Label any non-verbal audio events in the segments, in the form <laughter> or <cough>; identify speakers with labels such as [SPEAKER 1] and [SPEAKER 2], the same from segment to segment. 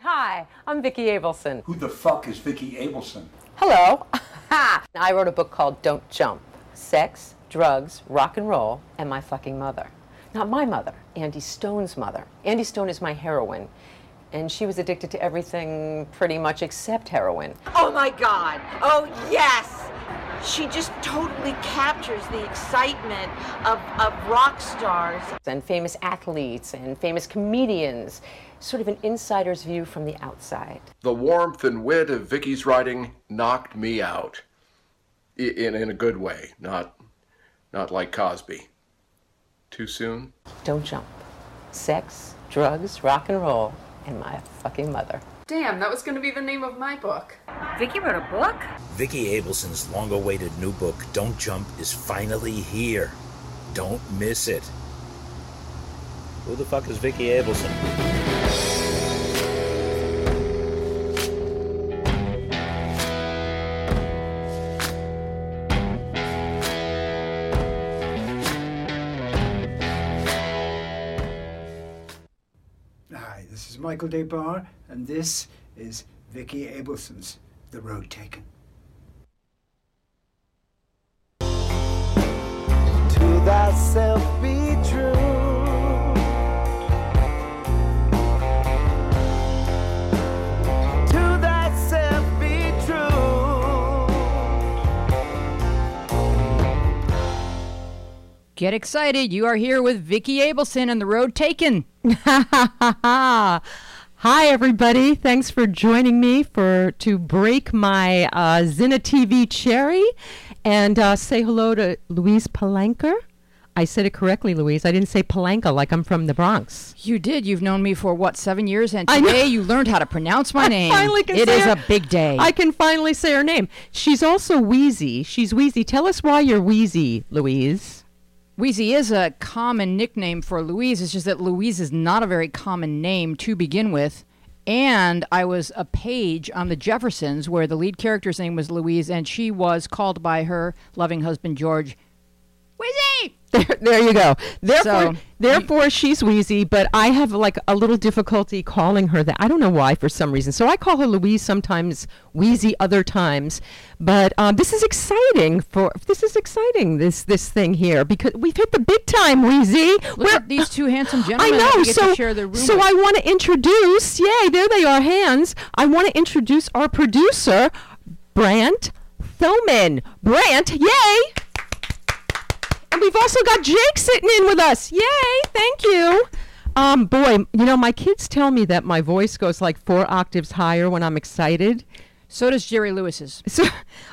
[SPEAKER 1] Hi, I'm Vicki Abelson.
[SPEAKER 2] Who the fuck is Vicki Abelson?
[SPEAKER 1] Hello. <laughs> I wrote a book called Don't Jump Sex, Drugs, Rock and Roll, and My Fucking Mother. Not my mother, Andy Stone's mother. Andy Stone is my heroine, and she was addicted to everything pretty much except heroin.
[SPEAKER 3] Oh my God. Oh yes. She just totally captures the excitement of, of rock stars.
[SPEAKER 1] and famous athletes and famous comedians, sort of an insider's view from the outside.
[SPEAKER 4] The warmth and wit of Vicky's writing knocked me out, I- in in a good way, not not like Cosby. Too soon.
[SPEAKER 1] Don't jump. Sex, drugs, rock and roll, and my fucking mother.
[SPEAKER 5] Damn, that was going to be the name of my book.
[SPEAKER 3] Vicky wrote a book?
[SPEAKER 6] Vicki Abelson's long awaited new book, Don't Jump, is finally here. Don't miss it. Who the fuck is Vicki Abelson?
[SPEAKER 7] Hi, this is Michael DeBar, and this is Vicki Abelson's The Road Taken.
[SPEAKER 8] to thyself be true. To thyself be true.
[SPEAKER 9] Get excited. You are here with Vicki Abelson and The Road Taken. Hi,
[SPEAKER 10] everybody. Thanks for joining me for to break my uh, Zina TV cherry and uh, say hello to Louise Palanker. I said it correctly, Louise. I didn't say Palanca like I'm from the Bronx.
[SPEAKER 9] You did. You've known me for what, seven years? And
[SPEAKER 10] I know.
[SPEAKER 9] today you learned how to pronounce my name.
[SPEAKER 10] finally can
[SPEAKER 9] It
[SPEAKER 10] say
[SPEAKER 9] is
[SPEAKER 10] her-
[SPEAKER 9] a big day.
[SPEAKER 10] I can finally say her name. She's also wheezy. She's wheezy. Tell us why you're wheezy, Louise.
[SPEAKER 9] Wheezy is a common nickname for Louise. It's just that Louise is not a very common name to begin with. And I was a page on The Jeffersons where the lead character's name was Louise, and she was called by her loving husband, George, Wheezy!
[SPEAKER 10] There, <laughs> there you go.
[SPEAKER 9] So-
[SPEAKER 10] Therefore, therefore she's wheezy, but I have like a little difficulty calling her that. I don't know why for some reason. So I call her Louise sometimes, wheezy other times. But uh, this is exciting for this is exciting this this thing here because we've hit the big time, wheezy.
[SPEAKER 9] Look at these two handsome
[SPEAKER 10] <gasps> I
[SPEAKER 9] gentlemen that
[SPEAKER 10] know.
[SPEAKER 9] we get
[SPEAKER 10] So,
[SPEAKER 9] to share the room
[SPEAKER 10] so
[SPEAKER 9] with.
[SPEAKER 10] I want to introduce. Yay! There they are, hands. I want to introduce our producer, Brant Thoman. Brant, yay! And we've also got Jake sitting in with us. Yay! Thank you. Um, boy, you know my kids tell me that my voice goes like four octaves higher when I'm excited.
[SPEAKER 9] So does Jerry Lewis's.
[SPEAKER 10] So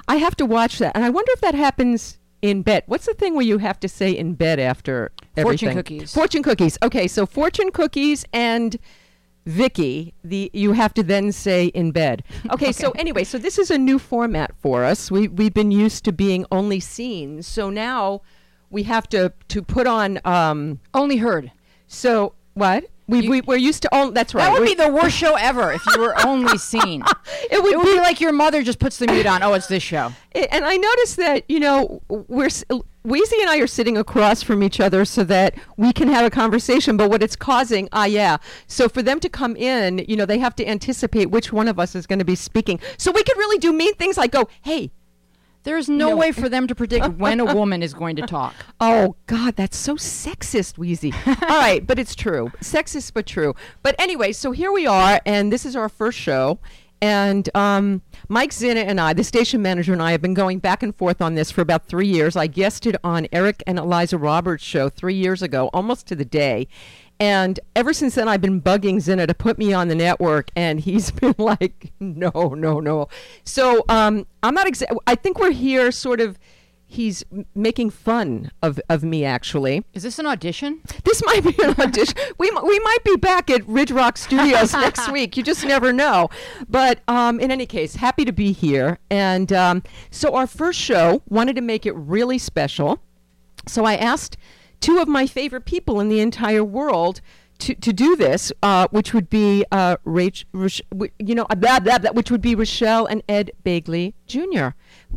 [SPEAKER 10] I have to watch that, and I wonder if that happens in bed. What's the thing where you have to say in bed after
[SPEAKER 9] Fortune
[SPEAKER 10] everything?
[SPEAKER 9] cookies.
[SPEAKER 10] Fortune cookies. Okay, so fortune cookies and Vicky, the you have to then say in bed. Okay, so anyway, so this is a new format for us. We we've been used to being only seen, so now we have to to put on. Um,
[SPEAKER 9] Only heard.
[SPEAKER 10] so what? We, we, we're used to all that's right.
[SPEAKER 9] That would
[SPEAKER 10] We-
[SPEAKER 9] be the worst show ever if you were only seen.
[SPEAKER 10] it <laughs> would,
[SPEAKER 9] It would be like your mother just puts the mute on. Oh, it's this show.
[SPEAKER 10] I- and I noticed that you know we're s- Wheezy and I are sitting across from each other so that we can have a conversation. But what it's causing, ah, yeah. So for them to come in, you know, they have to anticipate which one of us is going to be speaking. So we could really do mean things like go, hey.
[SPEAKER 9] There's no, way for them to <laughs> predict when a woman is going to talk.
[SPEAKER 10] Oh God, that's so sexist, Wheezy. All right, but it's true. Sexist but true. But anyway, so here we are, and this is our first show. And um, Mike Zina and I, the station manager and I, have been going back and forth on this for about three years. I guested on Eric and Eliza Roberts' show three years ago, almost to the day. And ever since then, I've been bugging Zina to put me on the network, and he's <laughs> been like, "No, no, no." So um, I'm not. Exa- I think we're here, sort of he's m- making fun of, of me actually
[SPEAKER 9] Is this an audition?
[SPEAKER 10] this <laughs> might be an audition we, mi- we might be back at ridge rock studios next week you just never know but um, in any case happy to be here and um, so our first show wanted to make it really special so I asked two of my favorite people in the entire world to, to do this, uh, which would be uh, Rach, Rach, you know, uh, blah, blah, blah, which would be Rochelle and Ed Bagley Jr.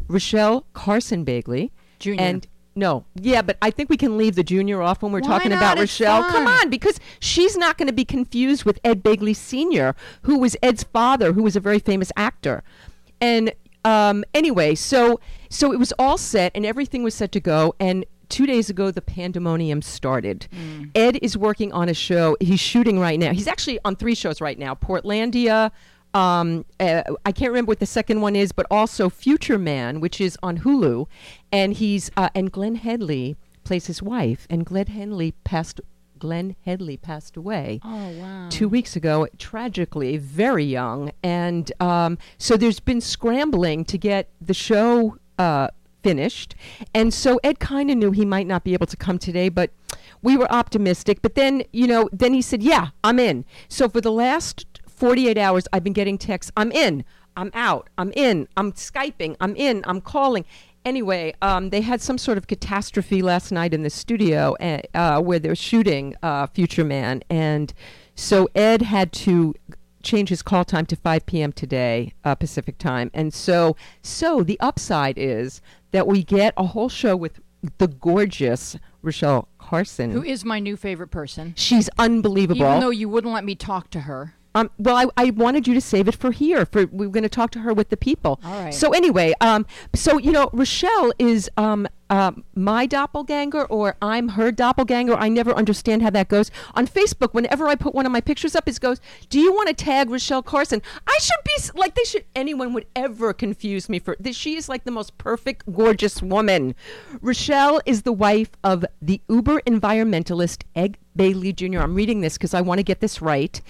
[SPEAKER 10] Rochelle Carson Bagley
[SPEAKER 9] Junior.
[SPEAKER 10] and No. Yeah, but I think we can leave the junior off when we're
[SPEAKER 9] Why
[SPEAKER 10] talking about
[SPEAKER 9] not? It's
[SPEAKER 10] Rochelle. Come
[SPEAKER 9] fun.
[SPEAKER 10] on, because she's not going to be confused with Ed Begley Sr., who was Ed's father, who was a very famous actor. And um, anyway, so so it was all set and everything was set to go and Two days ago, the pandemonium started. Ed is working on a show. He's shooting right now. He's actually on three shows right now Portlandia, um, uh, I can't remember what the second one is, but also Future Man, which is on Hulu, and he's uh, and Glenn Headley plays his wife, and Glenn Headley passed. Glenn Headley passed away
[SPEAKER 9] Oh, wow.
[SPEAKER 10] two weeks ago, tragically, very young, and um, so there's been scrambling to get the show uh, finished, and so Ed kind of knew he might not be able to come today, but we were optimistic. But then, you know, then he said, "Yeah, I'm in." So for the last 48 hours I've been getting texts. I'm in. I'm out. I'm in. I'm Skyping. I'm in. I'm calling. Anyway, um, they had some sort of catastrophe last night in the studio uh, uh, where they're shooting uh, Future Man, and so Ed had to change his call time to 5 p.m. today uh, Pacific time. And so, so the upside is that we get a whole show with the gorgeous Rochelle Carson.
[SPEAKER 9] Who is my new favorite person?
[SPEAKER 10] She's unbelievable.
[SPEAKER 9] Even though you wouldn't let me talk to her.
[SPEAKER 10] Um, well, I, I wanted you to save it for here. For we were going to talk to her with the people.
[SPEAKER 9] All right.
[SPEAKER 10] So anyway, um, so you know, Rochelle is um, um, my doppelganger, or I'm her doppelganger. I never understand how that goes. On Facebook, whenever I put one of my pictures up, it goes, "Do you want to tag Rochelle Carson?" I should be s- like, they should. Anyone would ever confuse me for this. She is like the most perfect, gorgeous woman. Rochelle is the wife of the Uber environmentalist Egg Bailey Jr. I'm reading this because I want to get this right.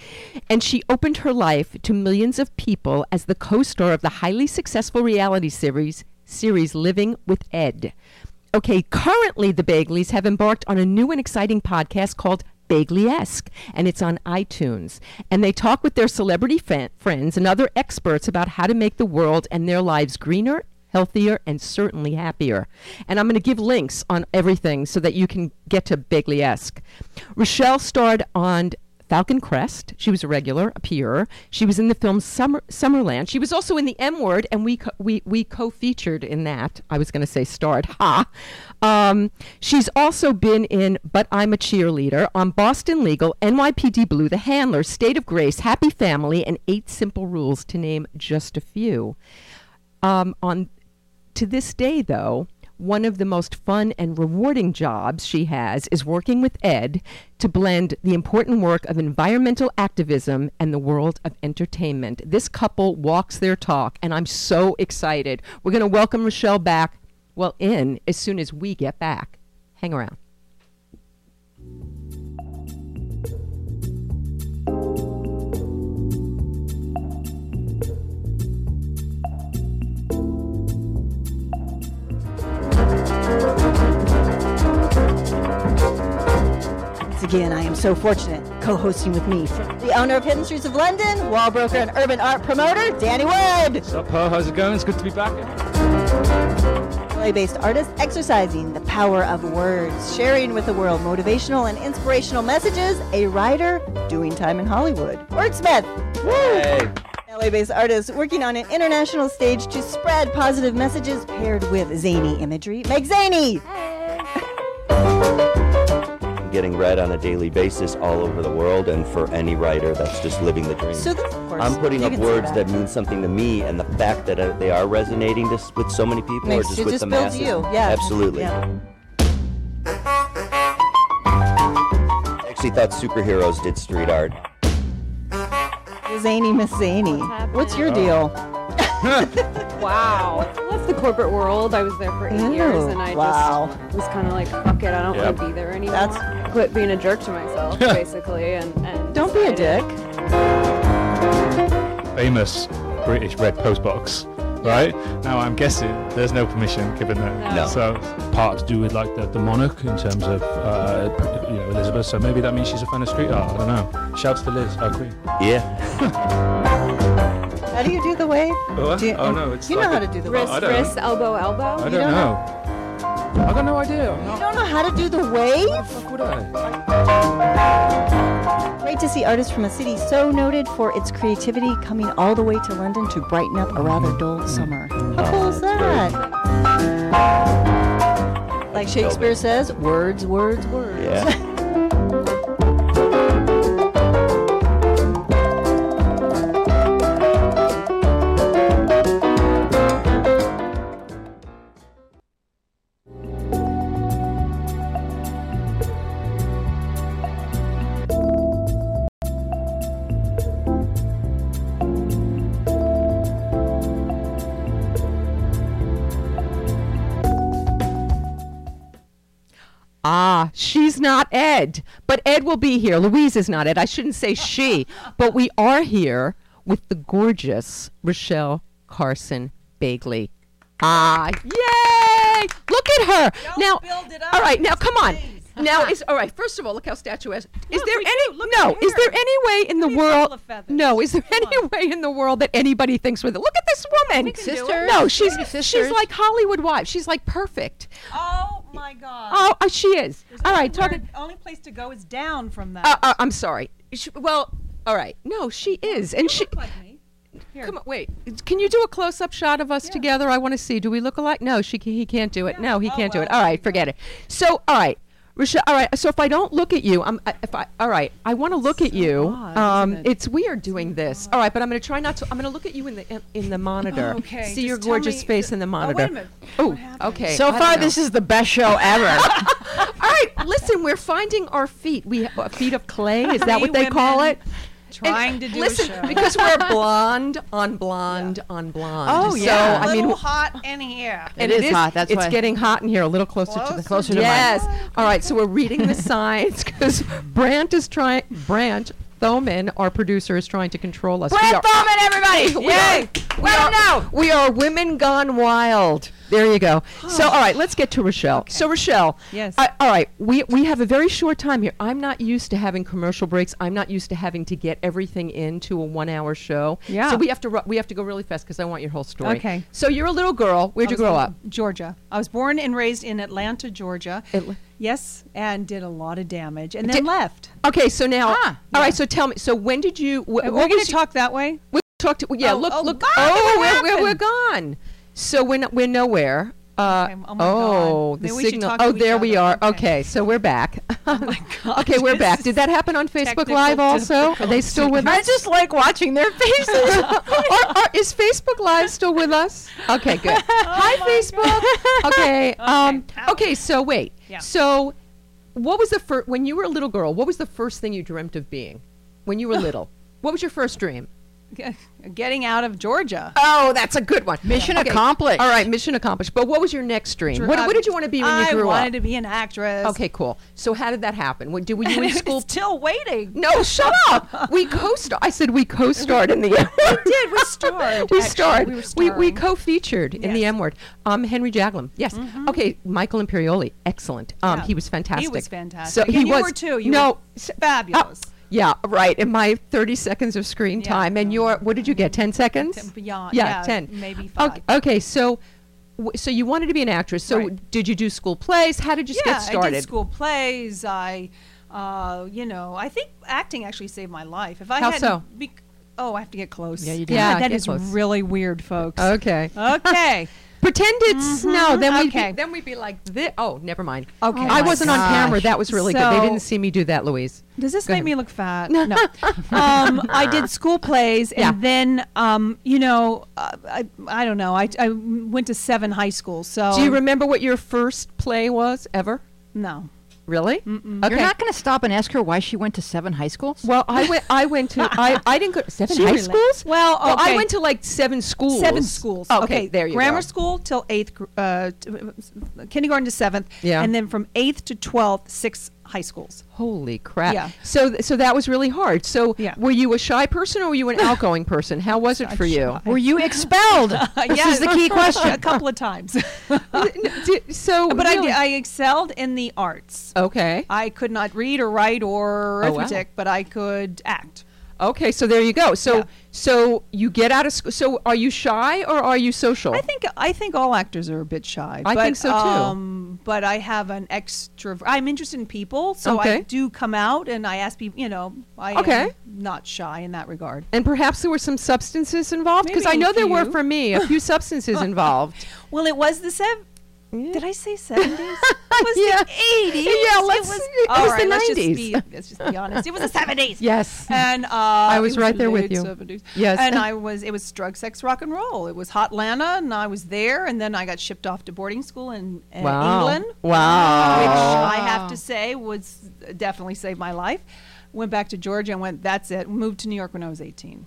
[SPEAKER 10] And she opened her life to millions of people as the co-star of the highly successful reality series series Living with Ed. Okay, currently the Bagleys have embarked on a new and exciting podcast called Bagley-esque, and it's on iTunes. And they talk with their celebrity fa- friends and other experts about how to make the world and their lives greener, healthier, and certainly happier. And I'm going to give links on everything so that you can get to Bagley-esque. Rochelle starred on Falcon Crest. She was a regular, a peer. She was in the film Summer, Summerland. She was also in the M Word, and we co- we we co-featured in that. I was going to say starred, <laughs> ha. Um, she's also been in But I'm a Cheerleader on Boston Legal, NYPD Blue, The Handler, State of Grace, Happy Family, and Eight Simple Rules, to name just a few. Um, on to this day, though, one of the most fun and rewarding jobs she has is working with Ed to blend the important work of environmental activism and the world of entertainment. This couple walks their talk, and I'm so excited. We're going to welcome Rochelle back, well, in as soon as we get back. Hang around.
[SPEAKER 11] Once again, I am so fortunate co-hosting with me, the owner of Hidden Streets of London, wall broker and urban art promoter, Danny Wood.
[SPEAKER 12] What's up, Ho? How's it going? It's good to be back.
[SPEAKER 11] LA-based artist exercising the power of words, sharing with the world motivational and inspirational messages, a writer doing time in Hollywood. Wordsmith. Woo! LA-based artist working on an international stage to spread positive messages paired with zany imagery. Meg Zany.
[SPEAKER 13] getting read on a daily basis all over the world, and for any writer, that's just living the dream.
[SPEAKER 11] So this, of course,
[SPEAKER 13] I'm putting
[SPEAKER 11] you
[SPEAKER 13] up
[SPEAKER 11] can say
[SPEAKER 13] words
[SPEAKER 11] that.
[SPEAKER 13] that. mean something to me, and the fact that uh, they are resonating this with so many people, or
[SPEAKER 11] Makes you
[SPEAKER 13] just with
[SPEAKER 11] just
[SPEAKER 13] the
[SPEAKER 11] builds
[SPEAKER 13] masses.
[SPEAKER 11] you, yeah.
[SPEAKER 13] absolutely.
[SPEAKER 11] Yeah.
[SPEAKER 13] I actually thought superheroes did street art.
[SPEAKER 11] Zany Miss Zany. What's your
[SPEAKER 13] Oh.
[SPEAKER 11] deal?
[SPEAKER 14] Wow. I left the corporate world. I was there for eight
[SPEAKER 11] Ew.
[SPEAKER 14] years and I
[SPEAKER 11] Oh, Wow.
[SPEAKER 14] just was kind of like, fuck it, I don't want
[SPEAKER 11] Yep.
[SPEAKER 14] to be there anymore.
[SPEAKER 11] That's-
[SPEAKER 14] Quit being a jerk to
[SPEAKER 12] <laughs>
[SPEAKER 14] myself, basically. And, and
[SPEAKER 11] Don't be a dick.
[SPEAKER 12] Famous British red postbox, right? Now I'm guessing there's no permission given that.
[SPEAKER 14] No. No.
[SPEAKER 12] So part to do with like the, the monarch in terms of uh, pr- you know Elizabeth. So maybe that means she's a fan of street art. I don't know. Shouts to Liz, our queen.
[SPEAKER 13] Yeah.
[SPEAKER 11] How do you do the wave?
[SPEAKER 12] Oh, what?
[SPEAKER 11] Do you,
[SPEAKER 12] Oh, no, it's
[SPEAKER 11] you know
[SPEAKER 12] like
[SPEAKER 11] how
[SPEAKER 12] a-
[SPEAKER 11] to do the
[SPEAKER 12] Wrist,
[SPEAKER 11] wave.
[SPEAKER 12] Oh, I don't know. wrist,
[SPEAKER 14] elbow, elbow.
[SPEAKER 12] I don't know. I got no idea. I'm
[SPEAKER 11] You
[SPEAKER 12] not-
[SPEAKER 11] don't know how to do the wave?
[SPEAKER 12] Would I?
[SPEAKER 11] Great to see artists from a city so noted for its creativity coming all the way to London to brighten up a rather dull summer. How cool is that? Like Shakespeare says, words, words, words.
[SPEAKER 13] Yeah.
[SPEAKER 10] Ah, she's not Ed, but Ed will be here. Louise is not Ed. I shouldn't say she, but we are here with the gorgeous Rochelle Carson Bagley. Ah, yay! Look at her. now, all right, now come on. Now is all right. First of all, look how statuesque. Is there any no? Is there any way in the world? No, is there any way in the world that anybody thinks with it? Look at this woman,
[SPEAKER 9] can do it.
[SPEAKER 10] No,
[SPEAKER 9] Sisters.
[SPEAKER 10] she's
[SPEAKER 9] Yeah.
[SPEAKER 10] she's
[SPEAKER 9] Sisters.
[SPEAKER 10] like Hollywood wife. She's like perfect.
[SPEAKER 15] Oh my God.
[SPEAKER 10] Oh, uh, she is.
[SPEAKER 15] There's
[SPEAKER 10] all right,
[SPEAKER 15] nowhere-
[SPEAKER 10] talking.
[SPEAKER 15] Only place to go is down from that.
[SPEAKER 10] Uh, uh, I'm sorry. She, well, all right. No, she is, and she. Come on, wait. Can you do a close-up shot of us together? I want to see. Do we look alike? No, she ca- he can't do it.
[SPEAKER 15] Oh,
[SPEAKER 10] No, he can't do it. All right, forget it. So, all right, Rochelle. All right. So if I don't look at you, I'm. I- If I. All right, I want to look at you.
[SPEAKER 15] odd,
[SPEAKER 10] um,
[SPEAKER 15] isn't it?
[SPEAKER 10] it's weird doing this. All right, but I'm going to try not to. I'm going to look at you in the in, in the monitor.
[SPEAKER 15] Oh, okay,
[SPEAKER 10] See
[SPEAKER 15] just
[SPEAKER 10] your
[SPEAKER 15] tell
[SPEAKER 10] gorgeous
[SPEAKER 15] me
[SPEAKER 10] face in the monitor. Oh, okay.
[SPEAKER 9] So
[SPEAKER 10] I don't
[SPEAKER 9] far,
[SPEAKER 10] know.
[SPEAKER 9] this is the best show ever.
[SPEAKER 10] All right, listen, we're finding our feet. We have uh, feet of clay. Is that what
[SPEAKER 15] Three
[SPEAKER 10] they call
[SPEAKER 15] women
[SPEAKER 10] it?
[SPEAKER 15] trying
[SPEAKER 10] And
[SPEAKER 15] to do a
[SPEAKER 10] listen
[SPEAKER 15] show.
[SPEAKER 10] because we're
[SPEAKER 15] <laughs>
[SPEAKER 10] blonde on blonde on blonde.
[SPEAKER 15] Oh,
[SPEAKER 10] So, I
[SPEAKER 15] A
[SPEAKER 10] mean,
[SPEAKER 15] little hot in here.
[SPEAKER 10] and it is hot. That's it's
[SPEAKER 15] why-
[SPEAKER 10] getting hot in here. A little closer to the
[SPEAKER 15] Closer to mine.
[SPEAKER 10] yes. All right. So we're
[SPEAKER 15] <laughs>
[SPEAKER 10] reading the signs because Brandt is trying. Brandt Thoman, our producer, is trying to control us. We
[SPEAKER 9] Brant
[SPEAKER 10] are-
[SPEAKER 9] Thoman, everybody!
[SPEAKER 10] <laughs> We are-
[SPEAKER 9] Yay!
[SPEAKER 10] We are, we are women gone wild. There you
[SPEAKER 15] <gasps>
[SPEAKER 10] go. So all right, let's get to Rochelle. So Rochelle.
[SPEAKER 15] Yes.
[SPEAKER 10] I- all right. We we have a very short time here. I'm not used to having commercial breaks. I'm not used to having to get everything into a one-hour show.
[SPEAKER 15] Yeah.
[SPEAKER 10] So we have to ru- we have to go really fast because I want your whole story.
[SPEAKER 15] Okay.
[SPEAKER 10] So you're a little girl. Where'd
[SPEAKER 15] I
[SPEAKER 10] you
[SPEAKER 15] was
[SPEAKER 10] grow
[SPEAKER 15] born-
[SPEAKER 10] up?
[SPEAKER 15] Georgia. I was born and raised in Atlanta, Georgia.
[SPEAKER 10] Atla-
[SPEAKER 15] yes, and did a lot of damage, and then
[SPEAKER 10] Did-
[SPEAKER 15] left.
[SPEAKER 10] Okay, so now, all right. So tell me. So when did you?
[SPEAKER 15] Are
[SPEAKER 10] Wh-
[SPEAKER 15] we
[SPEAKER 10] what
[SPEAKER 15] Ah, gonna
[SPEAKER 10] was
[SPEAKER 15] talk that way?
[SPEAKER 10] We talked. Yeah.
[SPEAKER 15] Oh,
[SPEAKER 10] look.
[SPEAKER 15] oh,
[SPEAKER 10] look.
[SPEAKER 15] God,
[SPEAKER 10] oh,
[SPEAKER 15] what
[SPEAKER 10] we're, we're, we're
[SPEAKER 15] happened?
[SPEAKER 10] gone. So we're no- we're nowhere. Uh,
[SPEAKER 15] oh my God.
[SPEAKER 10] oh, the
[SPEAKER 15] Maybe we should
[SPEAKER 10] signal.
[SPEAKER 15] talk to
[SPEAKER 10] Oh,
[SPEAKER 15] each Oh
[SPEAKER 10] there we are. Okay. so we're
[SPEAKER 15] <laughs>
[SPEAKER 10] back. <laughs> okay, we're back. Did that happen on Facebook
[SPEAKER 15] Technical
[SPEAKER 10] Live also? Are they still with us?
[SPEAKER 9] I just like watching their faces.
[SPEAKER 10] <laughs> or, or is Facebook Live still with us?
[SPEAKER 15] <laughs>
[SPEAKER 10] Okay, good.
[SPEAKER 15] Oh
[SPEAKER 10] Hi, Facebook. okay. Um, okay. So wait.
[SPEAKER 15] Yeah.
[SPEAKER 10] So, what was the first when you were a little girl? What was the first thing you dreamt of being when you were little? What was your first dream?
[SPEAKER 15] Getting out of Georgia.
[SPEAKER 10] Oh, that's a good one.
[SPEAKER 15] Mission
[SPEAKER 10] accomplished. All right, mission accomplished. But what was your next dream? What, what did you want to be when you
[SPEAKER 15] I
[SPEAKER 10] grew
[SPEAKER 15] wanted
[SPEAKER 10] up?
[SPEAKER 15] to be an actress.
[SPEAKER 10] Okay, cool. So how did that happen? What, did, were
[SPEAKER 15] <laughs>
[SPEAKER 10] you in school?
[SPEAKER 15] Still waiting.
[SPEAKER 10] No, shut up. We co-star. I said we co-starred in <laughs> the.
[SPEAKER 15] We did. We starred.
[SPEAKER 10] we
[SPEAKER 15] actually.
[SPEAKER 10] starred.
[SPEAKER 15] We were
[SPEAKER 10] We,
[SPEAKER 15] starring.
[SPEAKER 10] co-featured in the M word. Um, Henry Jaglum. Yes. Okay. Michael Imperioli. Excellent. Um,
[SPEAKER 15] Mm-hmm. Yeah.
[SPEAKER 10] he was fantastic.
[SPEAKER 15] He was fantastic. And you were too. You
[SPEAKER 10] no.
[SPEAKER 15] were fabulous.
[SPEAKER 10] yeah. Right. In my 30 seconds of screen
[SPEAKER 15] Yeah,
[SPEAKER 10] time, and your what did you get? 10 seconds?
[SPEAKER 15] Ten- beyond- yeah,
[SPEAKER 10] 10.
[SPEAKER 15] maybe
[SPEAKER 10] Okay. okay, so. w- So you wanted to be an actress. So did you do school plays? How did you
[SPEAKER 15] yeah,
[SPEAKER 10] get started?
[SPEAKER 15] I did school plays. I, uh, you know, I think acting actually saved my life. If I
[SPEAKER 10] How
[SPEAKER 15] had
[SPEAKER 10] so?
[SPEAKER 15] Bec- oh, I have to get close.
[SPEAKER 10] Yeah, you do.
[SPEAKER 15] God,
[SPEAKER 10] Yeah,
[SPEAKER 15] that
[SPEAKER 10] get
[SPEAKER 15] is
[SPEAKER 10] close.
[SPEAKER 15] really weird, folks.
[SPEAKER 10] Okay.
[SPEAKER 15] Okay.
[SPEAKER 10] <laughs> Pretend it's no.
[SPEAKER 15] Mhm,
[SPEAKER 10] Then we
[SPEAKER 15] okay.
[SPEAKER 10] would then we'd be like, thi- oh, never mind.
[SPEAKER 15] Okay.
[SPEAKER 10] I wasn't on camera. That was really good. They
[SPEAKER 15] So-
[SPEAKER 10] didn't see me do that, Louise.
[SPEAKER 15] Does this
[SPEAKER 10] Go
[SPEAKER 15] make
[SPEAKER 10] ahead.
[SPEAKER 15] me look fat? No.
[SPEAKER 10] <laughs>
[SPEAKER 15] um, I did school plays, and then, um, you know, uh, I, I don't know. I, I went to seven high schools. So
[SPEAKER 10] Do you remember what your first play was ever?
[SPEAKER 15] No.
[SPEAKER 10] Really? Okay.
[SPEAKER 9] You're not going to stop and ask her why she went to seven high schools?
[SPEAKER 10] Well, I went. I went to. I, I didn't go seven
[SPEAKER 9] She
[SPEAKER 10] high
[SPEAKER 9] relate-
[SPEAKER 10] schools.
[SPEAKER 15] Well,
[SPEAKER 10] I
[SPEAKER 15] okay.
[SPEAKER 10] went to like seven schools.
[SPEAKER 15] Seven schools.
[SPEAKER 10] Okay, there you
[SPEAKER 15] Grammar
[SPEAKER 10] go.
[SPEAKER 15] school till eighth, gr- uh, t- uh, kindergarten to seventh.
[SPEAKER 10] Yeah.
[SPEAKER 15] And then from eighth to twelfth, six high schools.
[SPEAKER 10] Holy crap!
[SPEAKER 15] Yeah.
[SPEAKER 10] So, th- so that was really hard. So, were you a shy person or
[SPEAKER 15] <laughs>
[SPEAKER 10] were you an outgoing person? How was it for you?
[SPEAKER 9] Were you <laughs> expelled? this
[SPEAKER 15] Yeah,
[SPEAKER 9] is the key question.
[SPEAKER 15] A couple of times.
[SPEAKER 10] so,
[SPEAKER 15] but
[SPEAKER 10] really-
[SPEAKER 15] I, I excelled in the arts.
[SPEAKER 10] Okay.
[SPEAKER 15] I could not read or write or
[SPEAKER 10] Oh, wow.
[SPEAKER 15] arithmetic, but I could act.
[SPEAKER 10] Okay, so there you go. So, so you get out of school. So, are you shy or are you social?
[SPEAKER 15] I think I think all actors are a bit shy.
[SPEAKER 10] Oh. I
[SPEAKER 15] but,
[SPEAKER 10] think so, too.
[SPEAKER 15] Um, but I have an extrovert. I'm interested in people, so I
[SPEAKER 10] Okay.
[SPEAKER 15] do come out and I ask people. You know, I
[SPEAKER 10] Okay.
[SPEAKER 15] am not shy in that regard.
[SPEAKER 10] And perhaps there were some substances involved? Because I
[SPEAKER 15] Maybe a
[SPEAKER 10] know there were
[SPEAKER 15] few. <laughs>
[SPEAKER 10] for me a few substances involved. <laughs>
[SPEAKER 15] Well, it was the seven. Did I say seventies? It was the 80s.
[SPEAKER 10] Yeah, let's-
[SPEAKER 15] it was,
[SPEAKER 10] it
[SPEAKER 15] all
[SPEAKER 10] was the
[SPEAKER 15] right, let's just
[SPEAKER 10] 90s.
[SPEAKER 15] be- let's just be honest. It was the
[SPEAKER 10] <laughs>
[SPEAKER 15] 70s.
[SPEAKER 10] Yes.
[SPEAKER 15] And uh,
[SPEAKER 10] I was
[SPEAKER 15] it
[SPEAKER 10] right there with
[SPEAKER 15] late
[SPEAKER 10] you.
[SPEAKER 15] 70s.
[SPEAKER 10] Yes. <laughs>
[SPEAKER 15] And I was. It was drug, sex, rock and roll. It was hot Lana, and I was there. And then I got shipped off to boarding school in, in
[SPEAKER 10] Wow.
[SPEAKER 15] England.
[SPEAKER 10] Wow.
[SPEAKER 15] Which I have to say was definitely saved my life. Went back to Georgia and went. That's it. Moved to New York when I was 18.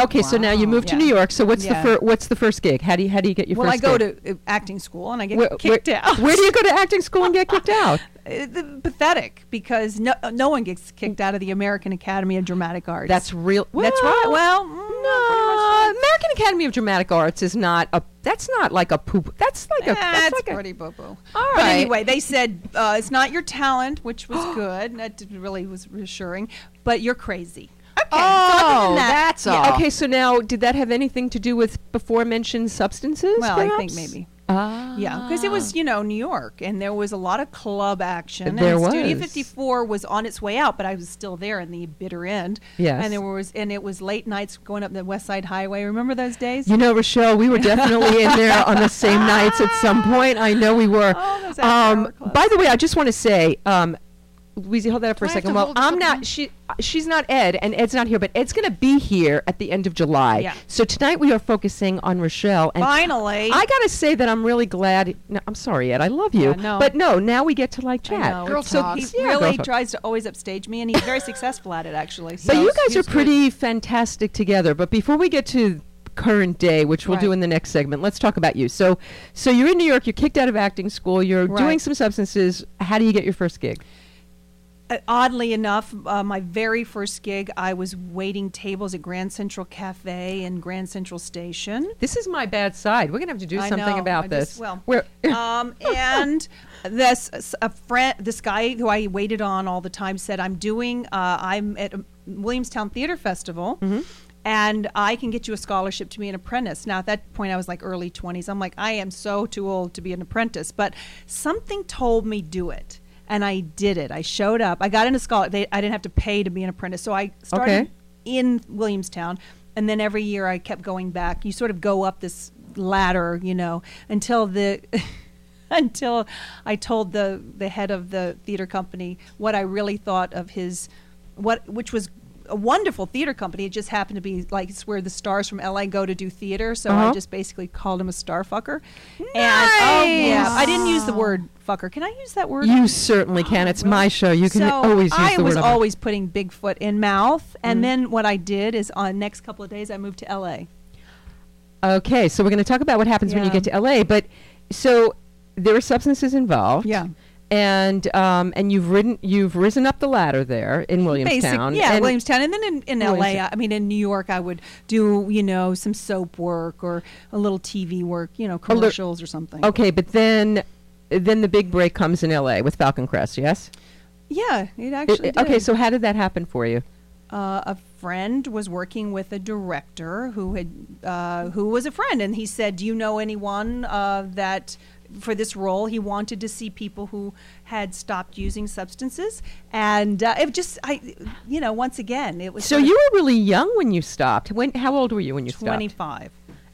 [SPEAKER 10] Okay, so now you
[SPEAKER 15] Wow.
[SPEAKER 10] move to
[SPEAKER 15] Yeah.
[SPEAKER 10] New York. So what's
[SPEAKER 15] Yeah.
[SPEAKER 10] the fir- what's the first gig? How do you, how do you get your
[SPEAKER 15] well, I
[SPEAKER 10] first?
[SPEAKER 15] go
[SPEAKER 10] gig?
[SPEAKER 15] to uh, acting school and I get
[SPEAKER 10] Where-
[SPEAKER 15] kicked
[SPEAKER 10] where-
[SPEAKER 15] out. <laughs>
[SPEAKER 10] Where do you go to acting school and get kicked out?
[SPEAKER 15] Uh, the- pathetic because no no one gets kicked out of the American Academy of Dramatic Arts.
[SPEAKER 10] That's real.
[SPEAKER 15] <laughs> That's right. Well, mm,
[SPEAKER 10] no, American Academy of Dramatic Arts is not a. That's not like a poop. That's like a.
[SPEAKER 15] that's
[SPEAKER 10] like a-
[SPEAKER 15] pretty boo boo.
[SPEAKER 10] All
[SPEAKER 15] But
[SPEAKER 10] right.
[SPEAKER 15] anyway, they said uh, it's not your talent, which
[SPEAKER 10] <gasps>
[SPEAKER 15] was good. and That did- really was reassuring. But you're crazy. Okay.
[SPEAKER 10] Oh, that's
[SPEAKER 15] yeah.
[SPEAKER 10] all. Okay, so now did that have anything to do with before mentioned substances?
[SPEAKER 15] Well, I think
[SPEAKER 10] perhaps?
[SPEAKER 15] maybe.
[SPEAKER 10] Ah.
[SPEAKER 15] Yeah, because it was you know New York, and there was a lot of club action.
[SPEAKER 10] There
[SPEAKER 15] and Studio
[SPEAKER 10] was.
[SPEAKER 15] 54 was on its way out, but I was still there in the bitter end.
[SPEAKER 10] Yes.
[SPEAKER 15] and there was and it was late nights going up the West Side Highway. Remember those days?
[SPEAKER 10] You know, Rochelle, we were definitely in there on the same nights at
[SPEAKER 15] <laughs>
[SPEAKER 10] some point. I know we were.
[SPEAKER 15] Oh,
[SPEAKER 10] um, by the way, I just want to say, um, Louise, hold that up for a second. Well, I'm not. She, she's not Ed, and Ed's not here, but Ed's going to be here at the end of July.
[SPEAKER 15] Yeah.
[SPEAKER 10] So tonight we are focusing on Rochelle. And
[SPEAKER 15] Finally.
[SPEAKER 10] I got to say that I'm really glad. No, I'm sorry, Ed. I love you.
[SPEAKER 15] Yeah, no.
[SPEAKER 10] But no, now we get to like
[SPEAKER 15] I
[SPEAKER 10] chat.
[SPEAKER 15] know, it's-
[SPEAKER 10] so
[SPEAKER 15] He
[SPEAKER 10] yeah, girl
[SPEAKER 15] really
[SPEAKER 10] talk.
[SPEAKER 15] tries to always upstage me, and he's very successful at it, actually.
[SPEAKER 10] But
[SPEAKER 15] so
[SPEAKER 10] you guys
[SPEAKER 15] he's
[SPEAKER 10] are
[SPEAKER 15] good.
[SPEAKER 10] pretty fantastic together. But before we get to current day, which we'll do
[SPEAKER 15] Right.
[SPEAKER 10] in the next segment, let's talk about you. So, so you're in New York. You're kicked out of acting school. You're doing
[SPEAKER 15] Right.
[SPEAKER 10] some substances. How do you get your first gig?
[SPEAKER 15] Uh, oddly enough, uh, my very first gig, I was waiting tables at Grand Central Cafe in Grand Central Station.
[SPEAKER 10] This is my bad side. We're gonna have to do
[SPEAKER 15] I
[SPEAKER 10] something
[SPEAKER 15] know,
[SPEAKER 10] about
[SPEAKER 15] I
[SPEAKER 10] this.
[SPEAKER 15] just- well,
[SPEAKER 10] <laughs> Where-
[SPEAKER 15] um, and this s- a friend, this guy who I waited on all the time said, "I'm doing. Uh, I'm at um, Williamstown Theater Festival."
[SPEAKER 10] Mm-hmm.
[SPEAKER 15] And I can get you a scholarship to be an apprentice. Now, at that point, I was like early 20s. I'm like, I am so too old to be an apprentice. But something told me do it. And I did it. I showed up. I got into scholarship. I didn't have to pay to be an apprentice. So I started
[SPEAKER 10] Okay.
[SPEAKER 15] in Williamstown. And then every year I kept going back. You sort of go up this ladder, you know, until the <laughs> until I told the the head of the theater company what I really thought of his what which was a wonderful theater company. It just happened to be like it's where the stars from LA go to do theater. So I
[SPEAKER 10] Uh-huh.
[SPEAKER 15] just basically called him a star fucker. And oh yeah, I didn't use the word fucker. Can I use that word?
[SPEAKER 10] you certainly can. It's my show. You can
[SPEAKER 15] Uh, so
[SPEAKER 10] always use
[SPEAKER 15] I
[SPEAKER 10] the
[SPEAKER 15] was
[SPEAKER 10] word.
[SPEAKER 15] always putting Bigfoot in mouth, and
[SPEAKER 10] Mm.
[SPEAKER 15] then what I did is on next couple of days I moved to LA.
[SPEAKER 10] okay, so we're gonna talk about what happens when you
[SPEAKER 15] Yeah.
[SPEAKER 10] get to LA. But so there are substances involved. Yeah. And um, and you've ridden you've risen up the ladder there in Williamstown.
[SPEAKER 15] Basic, yeah,
[SPEAKER 10] and-
[SPEAKER 15] Williamstown, and then in, in LA,
[SPEAKER 10] Williamstown.
[SPEAKER 15] I mean, in New York, I would do you know some soap work or a little TV work, you know,
[SPEAKER 10] A lit-
[SPEAKER 15] commercials or something.
[SPEAKER 10] Okay, but then then the big break comes in LA with Falcon Crest, yes?
[SPEAKER 15] Yeah, it
[SPEAKER 10] It-
[SPEAKER 15] actually.
[SPEAKER 10] it- okay,
[SPEAKER 15] did.
[SPEAKER 10] so how did that happen for you?
[SPEAKER 15] uh, a friend was working with a director who had uh, who was a friend, and he said, "Do you know anyone uh, that?" For this role, he wanted to see people who had stopped using substances, and uh, it just, I, you know, once again, it was.
[SPEAKER 10] So
[SPEAKER 15] sort of
[SPEAKER 10] you were really young when you stopped. When how old were you when you stopped?
[SPEAKER 15] 25.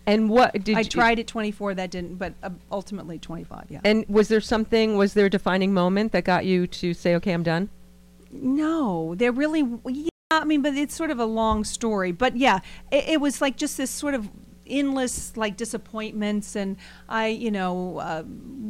[SPEAKER 10] And what did
[SPEAKER 15] I
[SPEAKER 10] you,
[SPEAKER 15] tried at 24, that didn't, but uh, ultimately 25, yeah.
[SPEAKER 10] And was there something was there a defining moment that got you to say okay, I'm done?
[SPEAKER 15] No, they're really, yeah, I mean, but it's sort of a long story. But yeah, it, it was like just this sort of endless like disappointments and i you know uh,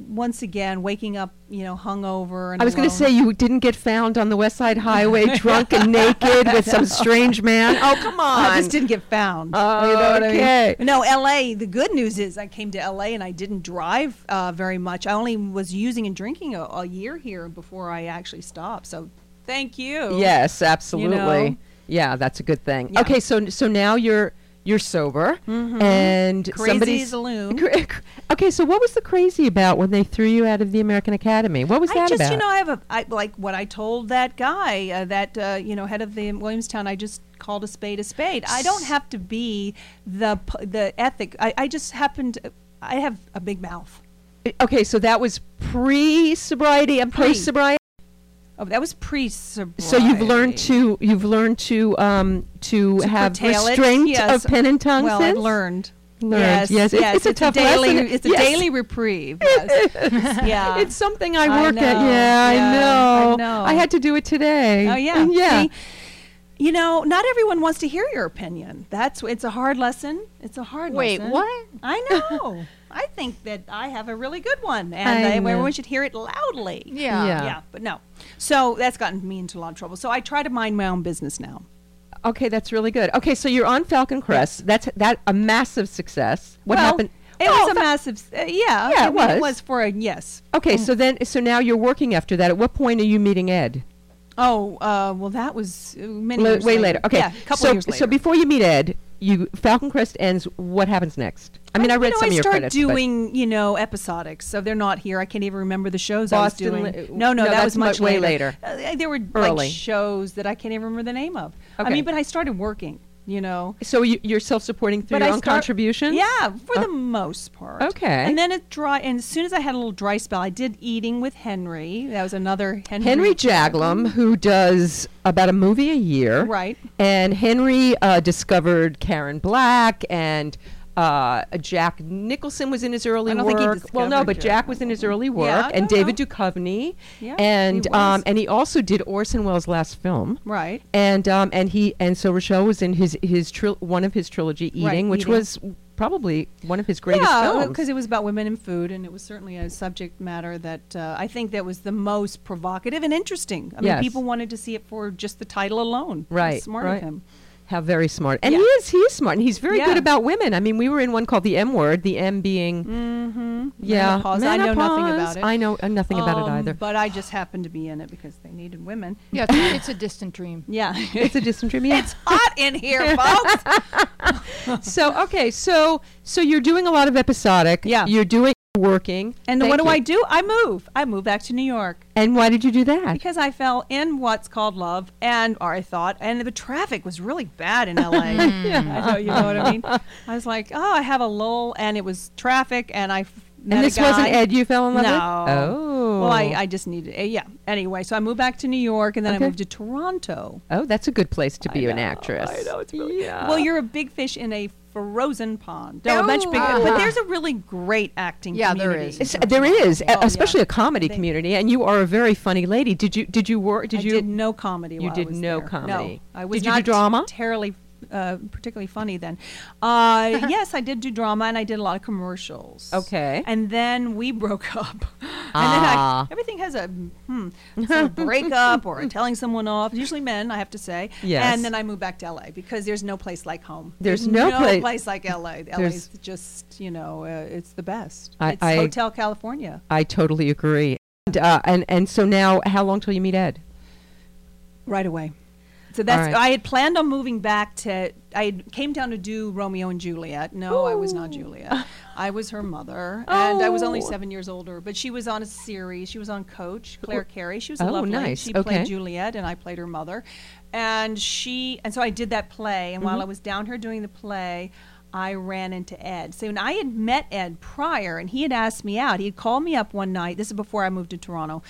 [SPEAKER 15] once again waking up you know hungover and
[SPEAKER 10] I was going to
[SPEAKER 15] alone.
[SPEAKER 10] say you didn't get found on the West Side <laughs> Highway drunk and naked with some
[SPEAKER 15] No.
[SPEAKER 10] strange man. Oh, come
[SPEAKER 15] <laughs>
[SPEAKER 10] on.
[SPEAKER 15] I just didn't get found. you know what I mean?
[SPEAKER 10] Okay.
[SPEAKER 15] No, LA, the good news is I came to LA and I didn't drive uh, very much. I only was using and drinking a, a year here before I actually stopped. So thank you.
[SPEAKER 10] Yes,
[SPEAKER 15] You know?
[SPEAKER 10] absolutely. Yeah, that's a good thing.
[SPEAKER 15] Yeah.
[SPEAKER 10] Okay, so so now you're you're sober
[SPEAKER 15] Mhm.
[SPEAKER 10] and
[SPEAKER 15] Crazy
[SPEAKER 10] somebody's
[SPEAKER 15] as a loon.
[SPEAKER 10] Cra- <laughs> cr- Okay, so what was the crazy about when they threw you out of the American Academy? What was
[SPEAKER 15] I
[SPEAKER 10] that
[SPEAKER 15] just,
[SPEAKER 10] about?
[SPEAKER 15] you know, I have a I, like what I told that guy, uh, that uh, you know, head of the Williamstown. I just called a spade a spade. I don't have to be the p- the ethic. I, I just happened. I have a big mouth.
[SPEAKER 10] okay, so that was pre-sobriety and
[SPEAKER 15] Pre.
[SPEAKER 10] post-sobriety.
[SPEAKER 15] Oh, that was pre-sobriety.
[SPEAKER 10] So you've learned to you've learned to um to,
[SPEAKER 15] To
[SPEAKER 10] have
[SPEAKER 15] curtail it,
[SPEAKER 10] restraint
[SPEAKER 15] yes.
[SPEAKER 10] of pen and tongue.
[SPEAKER 15] Well, I've
[SPEAKER 10] since?
[SPEAKER 15] learned.
[SPEAKER 10] learned. Yes, it- it's, a tough
[SPEAKER 15] daily,
[SPEAKER 10] lesson.
[SPEAKER 15] It's a
[SPEAKER 10] Yes.
[SPEAKER 15] daily reprieve.
[SPEAKER 10] <laughs>
[SPEAKER 15] Yes. yeah,
[SPEAKER 10] It's something I work at. Yeah, I know. I had to do it today.
[SPEAKER 15] Oh yeah,
[SPEAKER 10] And yeah.
[SPEAKER 15] See, you know, not everyone wants to hear your opinion. That's it's a hard lesson. It's a hard
[SPEAKER 9] Wait,
[SPEAKER 15] lesson.
[SPEAKER 9] what? <laughs>
[SPEAKER 15] I know. I think that I have a really good one, and
[SPEAKER 9] I
[SPEAKER 15] I
[SPEAKER 9] know.
[SPEAKER 15] everyone should hear it loudly.
[SPEAKER 9] Yeah. Yeah.
[SPEAKER 15] yeah, But no, so that's gotten me into a lot of trouble. So I try to mind my own business now.
[SPEAKER 10] Okay, that's really good. Okay, so you're on Falcon Crest. That's that a massive success. What
[SPEAKER 15] Well,
[SPEAKER 10] happened? Oh,
[SPEAKER 15] It was a massive. s- Uh, yeah,
[SPEAKER 10] Yeah, it
[SPEAKER 15] I mean,
[SPEAKER 10] was.
[SPEAKER 15] It was for a yes.
[SPEAKER 10] Okay, so then so now you're working after that. At what point are you meeting Ed?
[SPEAKER 15] Oh, uh, well, that was uh, many
[SPEAKER 10] La-
[SPEAKER 15] years
[SPEAKER 10] way later. Okay,
[SPEAKER 15] yeah, a couple
[SPEAKER 10] so,
[SPEAKER 15] years later.
[SPEAKER 10] So before you meet Ed, you Falcon Crest ends. What happens next? I mean, I, read
[SPEAKER 15] you know,
[SPEAKER 10] some
[SPEAKER 15] I
[SPEAKER 10] of your
[SPEAKER 15] start
[SPEAKER 10] credits. but-
[SPEAKER 15] doing, you know, episodics, so they're not here. I can't even remember the shows I
[SPEAKER 10] Boston
[SPEAKER 15] was
[SPEAKER 10] Li-
[SPEAKER 15] doing. No, no,
[SPEAKER 10] no,
[SPEAKER 15] that
[SPEAKER 10] that's
[SPEAKER 15] was much
[SPEAKER 10] mu- way later.
[SPEAKER 15] Uh, there were
[SPEAKER 10] Early.
[SPEAKER 15] like shows that I can't even remember the name of. I
[SPEAKER 10] Okay.
[SPEAKER 15] mean, but I started working, you know.
[SPEAKER 10] so you, you're self-supporting through
[SPEAKER 15] But
[SPEAKER 10] your
[SPEAKER 15] I
[SPEAKER 10] own
[SPEAKER 15] start-
[SPEAKER 10] contributions.
[SPEAKER 15] Yeah, for
[SPEAKER 10] Oh.
[SPEAKER 15] the most part.
[SPEAKER 10] Okay.
[SPEAKER 15] And then it dry. And as soon as I had a little dry spell, I did eating with Henry. That was another Henry.
[SPEAKER 10] Henry
[SPEAKER 15] Mm-hmm.
[SPEAKER 10] Jaglum, who does about a movie a year,
[SPEAKER 15] Right.
[SPEAKER 10] And Henry uh, discovered Karen Black and. Uh, Jack Nicholson was in his early
[SPEAKER 15] I don't
[SPEAKER 10] work.
[SPEAKER 15] think he
[SPEAKER 10] well, no,
[SPEAKER 15] discovered
[SPEAKER 10] but
[SPEAKER 15] Jack
[SPEAKER 10] Jack was in his early work,
[SPEAKER 15] Yeah, I
[SPEAKER 10] and
[SPEAKER 15] don't know.
[SPEAKER 10] David Duchovny,
[SPEAKER 15] Yeah, he
[SPEAKER 10] and
[SPEAKER 15] was.
[SPEAKER 10] um, and he also did Orson Welles' last film,
[SPEAKER 15] Right.
[SPEAKER 10] And um, and he and so Rochelle was in his his tril- one of his trilogy Eating,
[SPEAKER 15] Right,
[SPEAKER 10] which
[SPEAKER 15] Eating.
[SPEAKER 10] was probably one of his greatest
[SPEAKER 15] yeah,
[SPEAKER 10] films.
[SPEAKER 15] because it was about women and food, and it was certainly a subject matter that uh, I think that was the most provocative and interesting. I
[SPEAKER 10] Yes.
[SPEAKER 15] mean, people wanted to see it for just the title alone. It was
[SPEAKER 10] Right.
[SPEAKER 15] smart
[SPEAKER 10] right.
[SPEAKER 15] of him.
[SPEAKER 10] How very smart. And he is he is smart and he's very good
[SPEAKER 15] Yeah.
[SPEAKER 10] about women. I mean, we were in one called the M word, the M being
[SPEAKER 15] Mm-hmm.
[SPEAKER 10] Yeah.
[SPEAKER 15] menopause. I know nothing
[SPEAKER 10] Menopause.
[SPEAKER 15] about it.
[SPEAKER 10] I know, uh, nothing about it
[SPEAKER 15] Um,
[SPEAKER 10] either.
[SPEAKER 15] But I just happened to be in it because they needed women.
[SPEAKER 9] <laughs> Yeah, it's, it's a distant dream.
[SPEAKER 15] <laughs> Yeah,
[SPEAKER 10] it's a distant dream. Yeah.
[SPEAKER 15] hot in here, folks.
[SPEAKER 10] <laughs> so okay, so so you're doing a lot of episodic. Yeah. You're doing working.
[SPEAKER 15] And
[SPEAKER 10] Thank
[SPEAKER 15] what do
[SPEAKER 10] you.
[SPEAKER 15] I do? I move. I move back to New York
[SPEAKER 10] And why did you do that?
[SPEAKER 15] because I fell in what's called love, and or I thought, and the traffic was really bad in LA.
[SPEAKER 10] <laughs> Hmm.
[SPEAKER 15] I know you know what I mean. I was like, oh, I have a lull, and it was traffic, and I. f- met a
[SPEAKER 10] this wasn't
[SPEAKER 15] guy.
[SPEAKER 10] Ed you fell in love with?
[SPEAKER 15] No.
[SPEAKER 10] Oh.
[SPEAKER 15] Well, I, I just needed. Uh, yeah. Anyway, so I moved back to New York, and then
[SPEAKER 10] Okay.
[SPEAKER 15] I moved to Toronto.
[SPEAKER 10] Oh, that's a good place to be an actress. I know it's really yeah.
[SPEAKER 15] Well, you're a big fish in a frozen pond. No, a much
[SPEAKER 10] Oh.
[SPEAKER 15] bigger.
[SPEAKER 10] Ah.
[SPEAKER 15] But there's a really great acting.
[SPEAKER 9] Yeah, there
[SPEAKER 15] community.
[SPEAKER 9] is.
[SPEAKER 10] It's- there is,
[SPEAKER 15] Oh,
[SPEAKER 10] e- especially a comedy community, and you are a very funny lady. Did you did you work? Did
[SPEAKER 15] I
[SPEAKER 10] you
[SPEAKER 15] did no comedy.
[SPEAKER 10] You
[SPEAKER 15] while I
[SPEAKER 10] did
[SPEAKER 15] was
[SPEAKER 10] no
[SPEAKER 15] there.
[SPEAKER 10] comedy.
[SPEAKER 15] No, I was
[SPEAKER 10] Did you do
[SPEAKER 15] not
[SPEAKER 10] drama?
[SPEAKER 15] Terribly, uh, particularly funny then.
[SPEAKER 10] <laughs>
[SPEAKER 15] Uh, yes, I did do drama, and I did a lot of commercials.
[SPEAKER 10] Okay.
[SPEAKER 15] And then we broke up. <laughs> and
[SPEAKER 10] Ah.
[SPEAKER 15] then I, everything has a
[SPEAKER 10] <laughs>
[SPEAKER 15] hmm, sort of breakup or a telling someone off. Usually men, I have to say.
[SPEAKER 10] Yes.
[SPEAKER 15] And then I moved back to LA because there's no place like home.
[SPEAKER 10] There's no place-
[SPEAKER 15] like LA. LA
[SPEAKER 10] There's-
[SPEAKER 15] is just you know uh, it's the best.
[SPEAKER 10] I-
[SPEAKER 15] it's
[SPEAKER 10] I-
[SPEAKER 15] Hotel California.
[SPEAKER 10] I totally agree. And, uh, and and so now, how long till you meet Ed?
[SPEAKER 15] right away. So that's
[SPEAKER 10] right.
[SPEAKER 15] I had planned on moving back to I had came down to do Romeo and Juliet. No, I was not Juliet. I was her mother, and I was only
[SPEAKER 10] Oh.
[SPEAKER 15] seven years older. But she was on a series. She was on Coach Claire Carey. She was
[SPEAKER 10] Oh,
[SPEAKER 15] a lovely.
[SPEAKER 10] nice.
[SPEAKER 15] She
[SPEAKER 10] Okay.
[SPEAKER 15] played Juliet, and I played her mother. And she and so I did that play. And while
[SPEAKER 10] Mhm.
[SPEAKER 15] I was down here doing the play. I ran into Ed. So when I had met Ed prior, and he had asked me out. He had called me up one night. This is before I moved to Toronto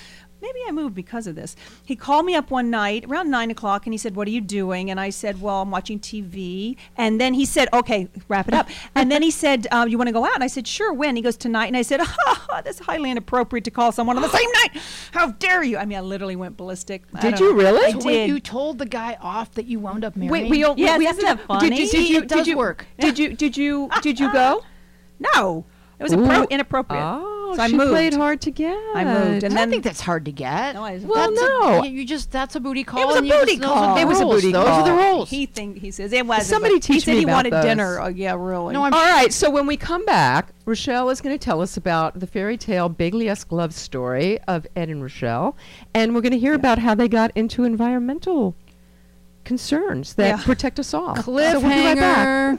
[SPEAKER 15] maybe I moved because of this. He called me up one night around nine o'clock and he said, What are you doing? And I said, Well, I'm watching TV. And then he said, Okay, wrap it up. and then he said, um, You want to go out? And I said, Sure, when? He goes, Tonight. And I said, <laughs> oh, That's highly inappropriate to call someone on the same night. How dare you? I mean, I literally went ballistic. I
[SPEAKER 10] Did
[SPEAKER 15] don't
[SPEAKER 10] you
[SPEAKER 15] know.
[SPEAKER 10] really?
[SPEAKER 15] I
[SPEAKER 10] So
[SPEAKER 15] did.
[SPEAKER 10] wait,
[SPEAKER 9] You told the guy off that you wound up marrying.
[SPEAKER 10] Wait, we don't.
[SPEAKER 15] Yes,
[SPEAKER 10] we have
[SPEAKER 15] isn't
[SPEAKER 10] to,
[SPEAKER 15] that funny?
[SPEAKER 10] Did, did,
[SPEAKER 15] See,
[SPEAKER 10] you,
[SPEAKER 15] it
[SPEAKER 10] did
[SPEAKER 15] does
[SPEAKER 10] you,
[SPEAKER 15] work.
[SPEAKER 10] Did you did <laughs> you did you go?
[SPEAKER 15] No, it was appro-
[SPEAKER 10] Ooh.
[SPEAKER 15] inappropriate.
[SPEAKER 10] Oh,
[SPEAKER 15] so I
[SPEAKER 10] she
[SPEAKER 15] moved.
[SPEAKER 10] played hard to get.
[SPEAKER 15] I moved, and
[SPEAKER 9] I
[SPEAKER 15] then
[SPEAKER 9] think that's hard to get.
[SPEAKER 15] No, I-
[SPEAKER 10] Well,
[SPEAKER 9] That's a-
[SPEAKER 10] no.
[SPEAKER 9] y- you just that's a booty call.
[SPEAKER 15] It was a
[SPEAKER 9] and you
[SPEAKER 15] booty
[SPEAKER 9] just- those are
[SPEAKER 15] call.
[SPEAKER 9] the rules. Those are the rules.
[SPEAKER 15] He think he says it was.
[SPEAKER 10] Somebody
[SPEAKER 15] he
[SPEAKER 10] teach
[SPEAKER 15] said
[SPEAKER 10] me
[SPEAKER 15] he
[SPEAKER 10] about
[SPEAKER 15] wanted
[SPEAKER 10] those.
[SPEAKER 15] dinner. Oh, yeah, really. <laughs>
[SPEAKER 10] All right. So when we come back, Rochelle is going to tell us about the fairy tale Bigliesque love story of Ed and Rochelle, and we're going to hear about how they got into environmental concerns that
[SPEAKER 9] Yeah.
[SPEAKER 10] protect us all. So we'll be right
[SPEAKER 9] Cliffhanger.
[SPEAKER 10] back.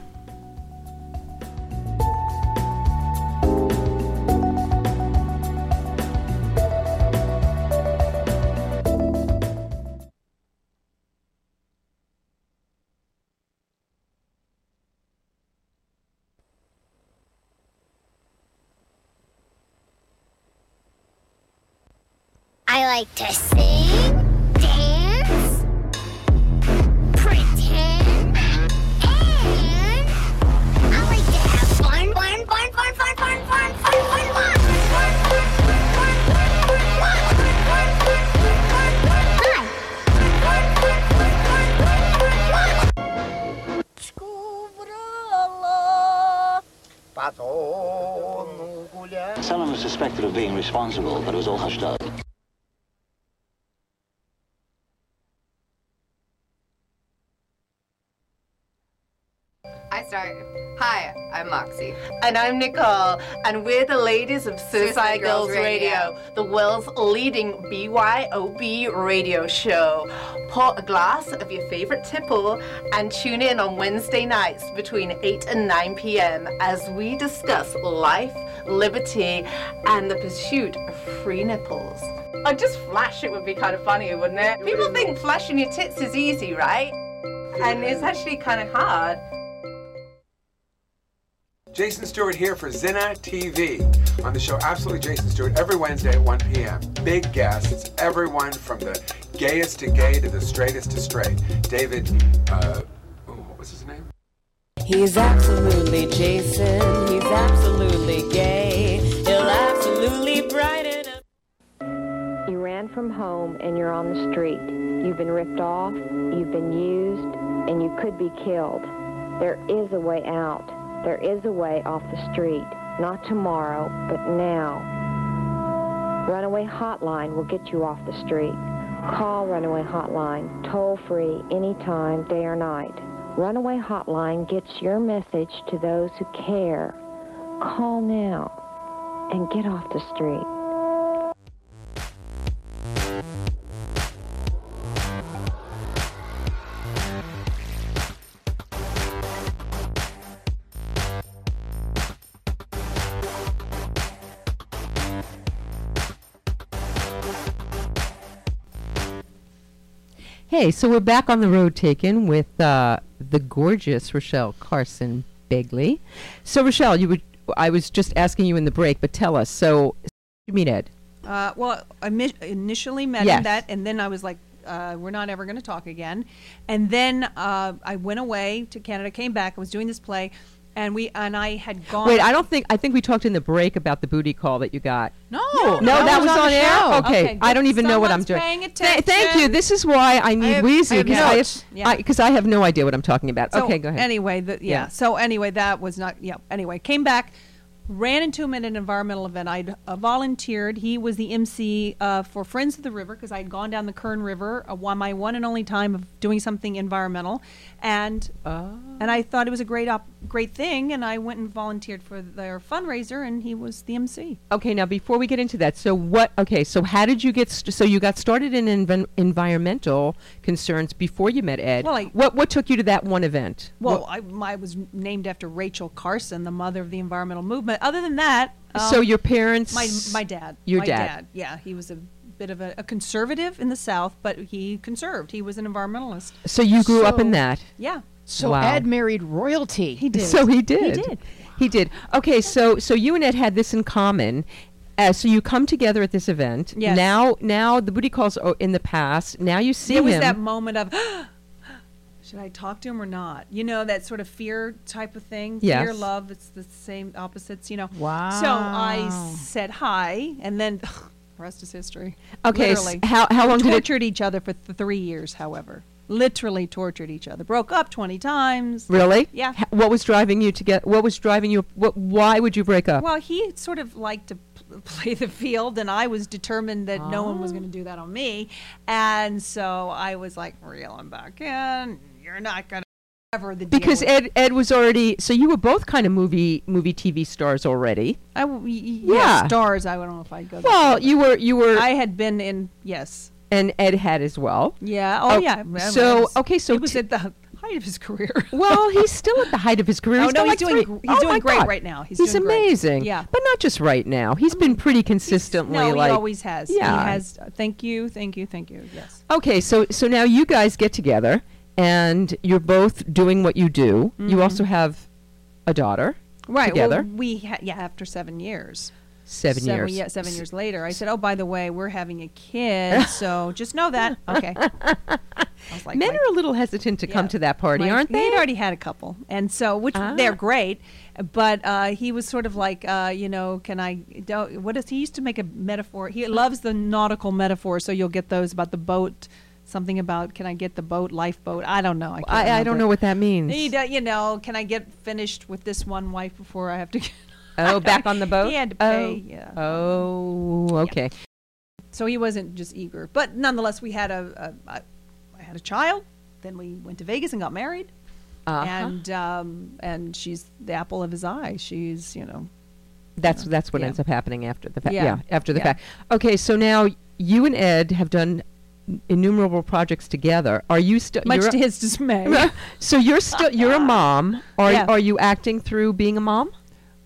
[SPEAKER 16] I like to sing, dance, pretend, and I like to have fun
[SPEAKER 17] Someone was suspected of being responsible, but it was all hushed up.
[SPEAKER 18] I start. Hi, I'm Moxie.
[SPEAKER 19] And I'm Nicole, and we're the ladies of Suicide,
[SPEAKER 18] Suicide
[SPEAKER 19] Girls,
[SPEAKER 18] Girls
[SPEAKER 19] Radio,
[SPEAKER 18] Radio.
[SPEAKER 19] the world's leading BYOB radio show. Pour a glass of your favorite tipple and tune in on Wednesday nights between 8 and 9 p.m. as we discuss life, liberty, and the pursuit of free nipples. Or just flash it would be kind of funny, wouldn't it? People think flashing your tits is easy, right? And it's actually kind of hard.
[SPEAKER 20] Jason Stewart here for Zina TV. On the show Absolutely Jason Stewart every Wednesday at 1 p.m. Big guests, everyone from the gayest to gay to the straightest to straight. David, uh, ooh, what was his name?
[SPEAKER 21] He's absolutely Jason. He's absolutely gay. He'll absolutely brighten up.
[SPEAKER 22] You ran from home and you're on the street. You've been ripped off, you've been used, and you could be killed. There is a way out. There is a way off the street. Not tomorrow, but now. Runaway Hotline will get you off the street. Call Runaway Hotline, toll free, anytime, day or night. Runaway Hotline gets your message to those who care. Call now and get off the street.
[SPEAKER 10] Hey, so we're back on the road taken with uh, the gorgeous Rochelle Carson Begley. So Rochelle, you would I was just asking you in the break, but tell us. So you meet Ed.
[SPEAKER 15] Uh, well, I mi- initially met
[SPEAKER 10] Yes.
[SPEAKER 15] him that, and then I was like, uh, "We're not ever going to talk again." And then uh, I went away to Canada, came back, I was doing this play, and we and I had gone.
[SPEAKER 10] Wait, I don't think I think we talked in the break about the booty call that you got.
[SPEAKER 15] No,
[SPEAKER 10] no, that was, on
[SPEAKER 15] the
[SPEAKER 10] air.
[SPEAKER 15] show.
[SPEAKER 10] Okay, I don't even know what I'm
[SPEAKER 15] someone's
[SPEAKER 10] doing.
[SPEAKER 15] paying
[SPEAKER 10] Th- thank you. This is why I need
[SPEAKER 15] have- I
[SPEAKER 10] Wheezy
[SPEAKER 15] have
[SPEAKER 10] because
[SPEAKER 15] notes. Yeah.
[SPEAKER 10] I because I, have no idea what I'm talking about.
[SPEAKER 15] So
[SPEAKER 10] okay, go ahead.
[SPEAKER 15] Anyway, the, yeah.
[SPEAKER 10] Yeah.
[SPEAKER 15] So anyway, that was not. Yeah. Anyway, came back, ran into him at an environmental event. I'd uh, volunteered. He was the MC uh, for Friends of the River because I'd gone down the Kern River, uh, one, my one and only time of doing something environmental, and
[SPEAKER 10] Oh.
[SPEAKER 15] and I thought it was a great op- great thing, and I went and volunteered for their fundraiser, and he was the MC.
[SPEAKER 10] Okay, now before we get into that, so what? Okay, so how did you get? St- so you got started in env- environmental concerns before you met Ed.
[SPEAKER 15] Well, I-
[SPEAKER 10] what what took you to that one event?
[SPEAKER 15] Well, I, my was named after Rachel Carson, the mother of the environmental movement. Other than that, um,
[SPEAKER 10] So your parents-
[SPEAKER 15] my my dad,
[SPEAKER 10] Your
[SPEAKER 15] my
[SPEAKER 10] dad.
[SPEAKER 15] yeah, he was a bit of a, a conservative in the South, but he conserved. He was an environmentalist.
[SPEAKER 10] So you grew up in
[SPEAKER 15] So-
[SPEAKER 10] that?
[SPEAKER 15] Yeah.
[SPEAKER 9] So
[SPEAKER 10] Wow. <laughs>
[SPEAKER 9] Ed married royalty. He
[SPEAKER 15] did.
[SPEAKER 10] So he did.
[SPEAKER 9] He did.
[SPEAKER 10] He did. Okay, so so you and Ed had this in common. Uh, so you come together at this event.
[SPEAKER 15] Yes.
[SPEAKER 10] Now, now the booty calls are in the past. Now you see
[SPEAKER 15] It was
[SPEAKER 10] him.
[SPEAKER 15] that moment of. <gasps> Should I talk to him or not? You know that sort of fear type of thing. Fear,
[SPEAKER 10] Yes.
[SPEAKER 15] love. It's the same opposites. You know.
[SPEAKER 10] Wow.
[SPEAKER 15] So I said hi, and then <sighs> rest is history.
[SPEAKER 10] Okay, s-
[SPEAKER 15] Literally.
[SPEAKER 10] how- how
[SPEAKER 15] We
[SPEAKER 10] long did it-
[SPEAKER 15] tortured each other for th- three years. However, literally tortured each other. Broke up twenty times.
[SPEAKER 10] really?
[SPEAKER 15] Yeah.
[SPEAKER 10] H- What was driving you to get? What was driving you? What? Why would you break up?
[SPEAKER 15] Well, he sort of liked to pl- <laughs> play the field, and I was determined that no one was going to do that on me. And so I was like, reel him back in. You're not going to ever the deal
[SPEAKER 10] because
[SPEAKER 15] with-
[SPEAKER 10] Ed Ed was already. So you were both kind of movie movie TV stars already.
[SPEAKER 15] I w- y- y-
[SPEAKER 10] Yeah.
[SPEAKER 15] yeah, stars. I don't know if I'd go. that
[SPEAKER 10] Well,
[SPEAKER 15] far,
[SPEAKER 10] you were you were.
[SPEAKER 15] but I had been in yes,
[SPEAKER 10] and Ed had as well.
[SPEAKER 15] yeah, oh, yeah.
[SPEAKER 10] So okay, so
[SPEAKER 15] it was
[SPEAKER 10] t-
[SPEAKER 15] at the height of his career.
[SPEAKER 10] well, he's still at the height of his career.
[SPEAKER 15] Oh, no,
[SPEAKER 10] got
[SPEAKER 15] he's
[SPEAKER 10] like
[SPEAKER 15] doing
[SPEAKER 10] three-
[SPEAKER 15] gr- he's
[SPEAKER 10] oh
[SPEAKER 15] doing
[SPEAKER 10] my
[SPEAKER 15] great
[SPEAKER 10] God.
[SPEAKER 15] right now. He's doing great.
[SPEAKER 10] amazing.
[SPEAKER 15] Yeah.
[SPEAKER 10] but not just right now. He's been pretty consistently
[SPEAKER 15] no,
[SPEAKER 10] like
[SPEAKER 15] he always has.
[SPEAKER 10] Yeah.
[SPEAKER 15] he has. uh, thank you, thank you, thank you. Yes.
[SPEAKER 10] Okay, so so now you guys get together and you're both doing what you do. You
[SPEAKER 15] Mhm.
[SPEAKER 10] also have a daughter
[SPEAKER 15] Right.
[SPEAKER 10] together.
[SPEAKER 15] Well, we ha- yeah after seven years.
[SPEAKER 10] Seven years.
[SPEAKER 15] Yeah, seven
[SPEAKER 10] S-
[SPEAKER 15] years later, I said, "Oh, by the way, we're having a kid,
[SPEAKER 10] <laughs>
[SPEAKER 15] so just know that." Okay. I was like,
[SPEAKER 10] Men
[SPEAKER 15] my-
[SPEAKER 10] are a little hesitant to come to that party,
[SPEAKER 15] my-
[SPEAKER 10] aren't they? Ah.
[SPEAKER 15] They'd already had a couple, and so which they're great, but uh, he was sort of like, uh, you know, can I? Don't, what is he used to make a metaphor? He loves the nautical metaphor, so you'll get those about the boat. Something about can I get the boat lifeboat? I don't know. I, can't
[SPEAKER 10] I, I don't
[SPEAKER 15] remember.
[SPEAKER 10] know what that means.
[SPEAKER 15] Need, uh, you know, can I get finished with this one wife before I have to get <laughs>
[SPEAKER 10] Oh, back on the boat?
[SPEAKER 15] He had to
[SPEAKER 10] Oh.
[SPEAKER 15] pay, yeah.
[SPEAKER 10] Oh, okay.
[SPEAKER 15] So he wasn't just eager, but nonetheless, we had a, a I, I had a child. Then we went to Vegas and got married,
[SPEAKER 10] Uh-huh.
[SPEAKER 15] and um, and she's the apple of his eye. She's you know
[SPEAKER 10] That's that's what
[SPEAKER 15] uh, Yeah.
[SPEAKER 10] ends up happening after the fact.
[SPEAKER 15] Yeah.
[SPEAKER 10] Yeah. after the
[SPEAKER 15] Yeah.
[SPEAKER 10] fact. Okay, so now you and Ed have done innumerable projects together. Are you still
[SPEAKER 15] Much to his dismay.
[SPEAKER 10] so <laughs> you're still you're
[SPEAKER 15] <laughs>
[SPEAKER 10] a mom. Are
[SPEAKER 15] Yeah.
[SPEAKER 10] are you acting through being a mom?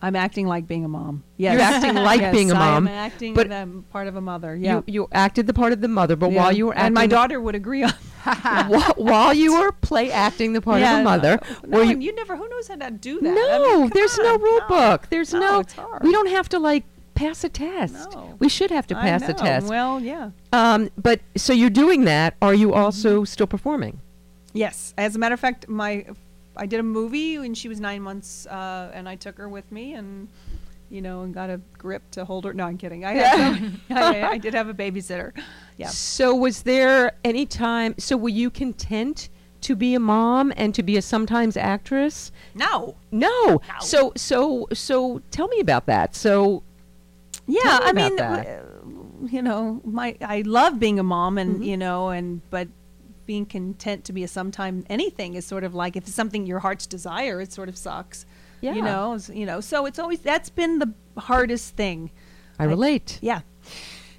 [SPEAKER 15] <laughs> I'm acting like being a mom. Yes.
[SPEAKER 10] You're acting like
[SPEAKER 15] Yes,
[SPEAKER 10] being a
[SPEAKER 15] I am
[SPEAKER 10] mom.
[SPEAKER 15] acting
[SPEAKER 10] but
[SPEAKER 15] them part of a mother. Yeah.
[SPEAKER 10] you, you acted the part of the mother, but
[SPEAKER 15] Yeah.
[SPEAKER 10] while you were acting
[SPEAKER 15] and my
[SPEAKER 10] the-
[SPEAKER 15] daughter would agree on. <laughs>
[SPEAKER 10] wh- <laughs> while you were play acting the part of
[SPEAKER 15] Yeah,
[SPEAKER 10] the mother,
[SPEAKER 15] No,
[SPEAKER 10] were
[SPEAKER 15] and
[SPEAKER 10] you
[SPEAKER 15] you, never. Who knows how to do that? I mean,
[SPEAKER 10] No, there's no rule book. There's no.
[SPEAKER 15] it's hard.
[SPEAKER 10] We don't have to like pass a test. We should have to
[SPEAKER 15] I
[SPEAKER 10] pass a
[SPEAKER 15] know.
[SPEAKER 10] test.
[SPEAKER 15] Well, yeah.
[SPEAKER 10] Um, but so you're doing that. Are you also still performing?
[SPEAKER 15] Yes. As a matter of fact, my I did a movie when she was nine months, uh, and I took her with me, and you know, and got a grip to hold her. No, I'm kidding. I had some- <laughs> I, I did have a babysitter. Yeah.
[SPEAKER 10] So was there any time? So were you content to be a mom and to be a sometimes actress?
[SPEAKER 15] No.
[SPEAKER 10] No. So so so tell me about that. So
[SPEAKER 15] Yeah,
[SPEAKER 10] tell me
[SPEAKER 15] I
[SPEAKER 10] about
[SPEAKER 15] mean,
[SPEAKER 10] that. Mm-hmm.
[SPEAKER 15] w- you know, my I love being a mom, and you know, and but being content to be a sometime anything is sort of like if it's something your heart's desire, it sort of sucks.
[SPEAKER 10] Yeah.
[SPEAKER 15] you know, s- you know. So it's always that's been the hardest thing.
[SPEAKER 10] I relate.
[SPEAKER 15] yeah,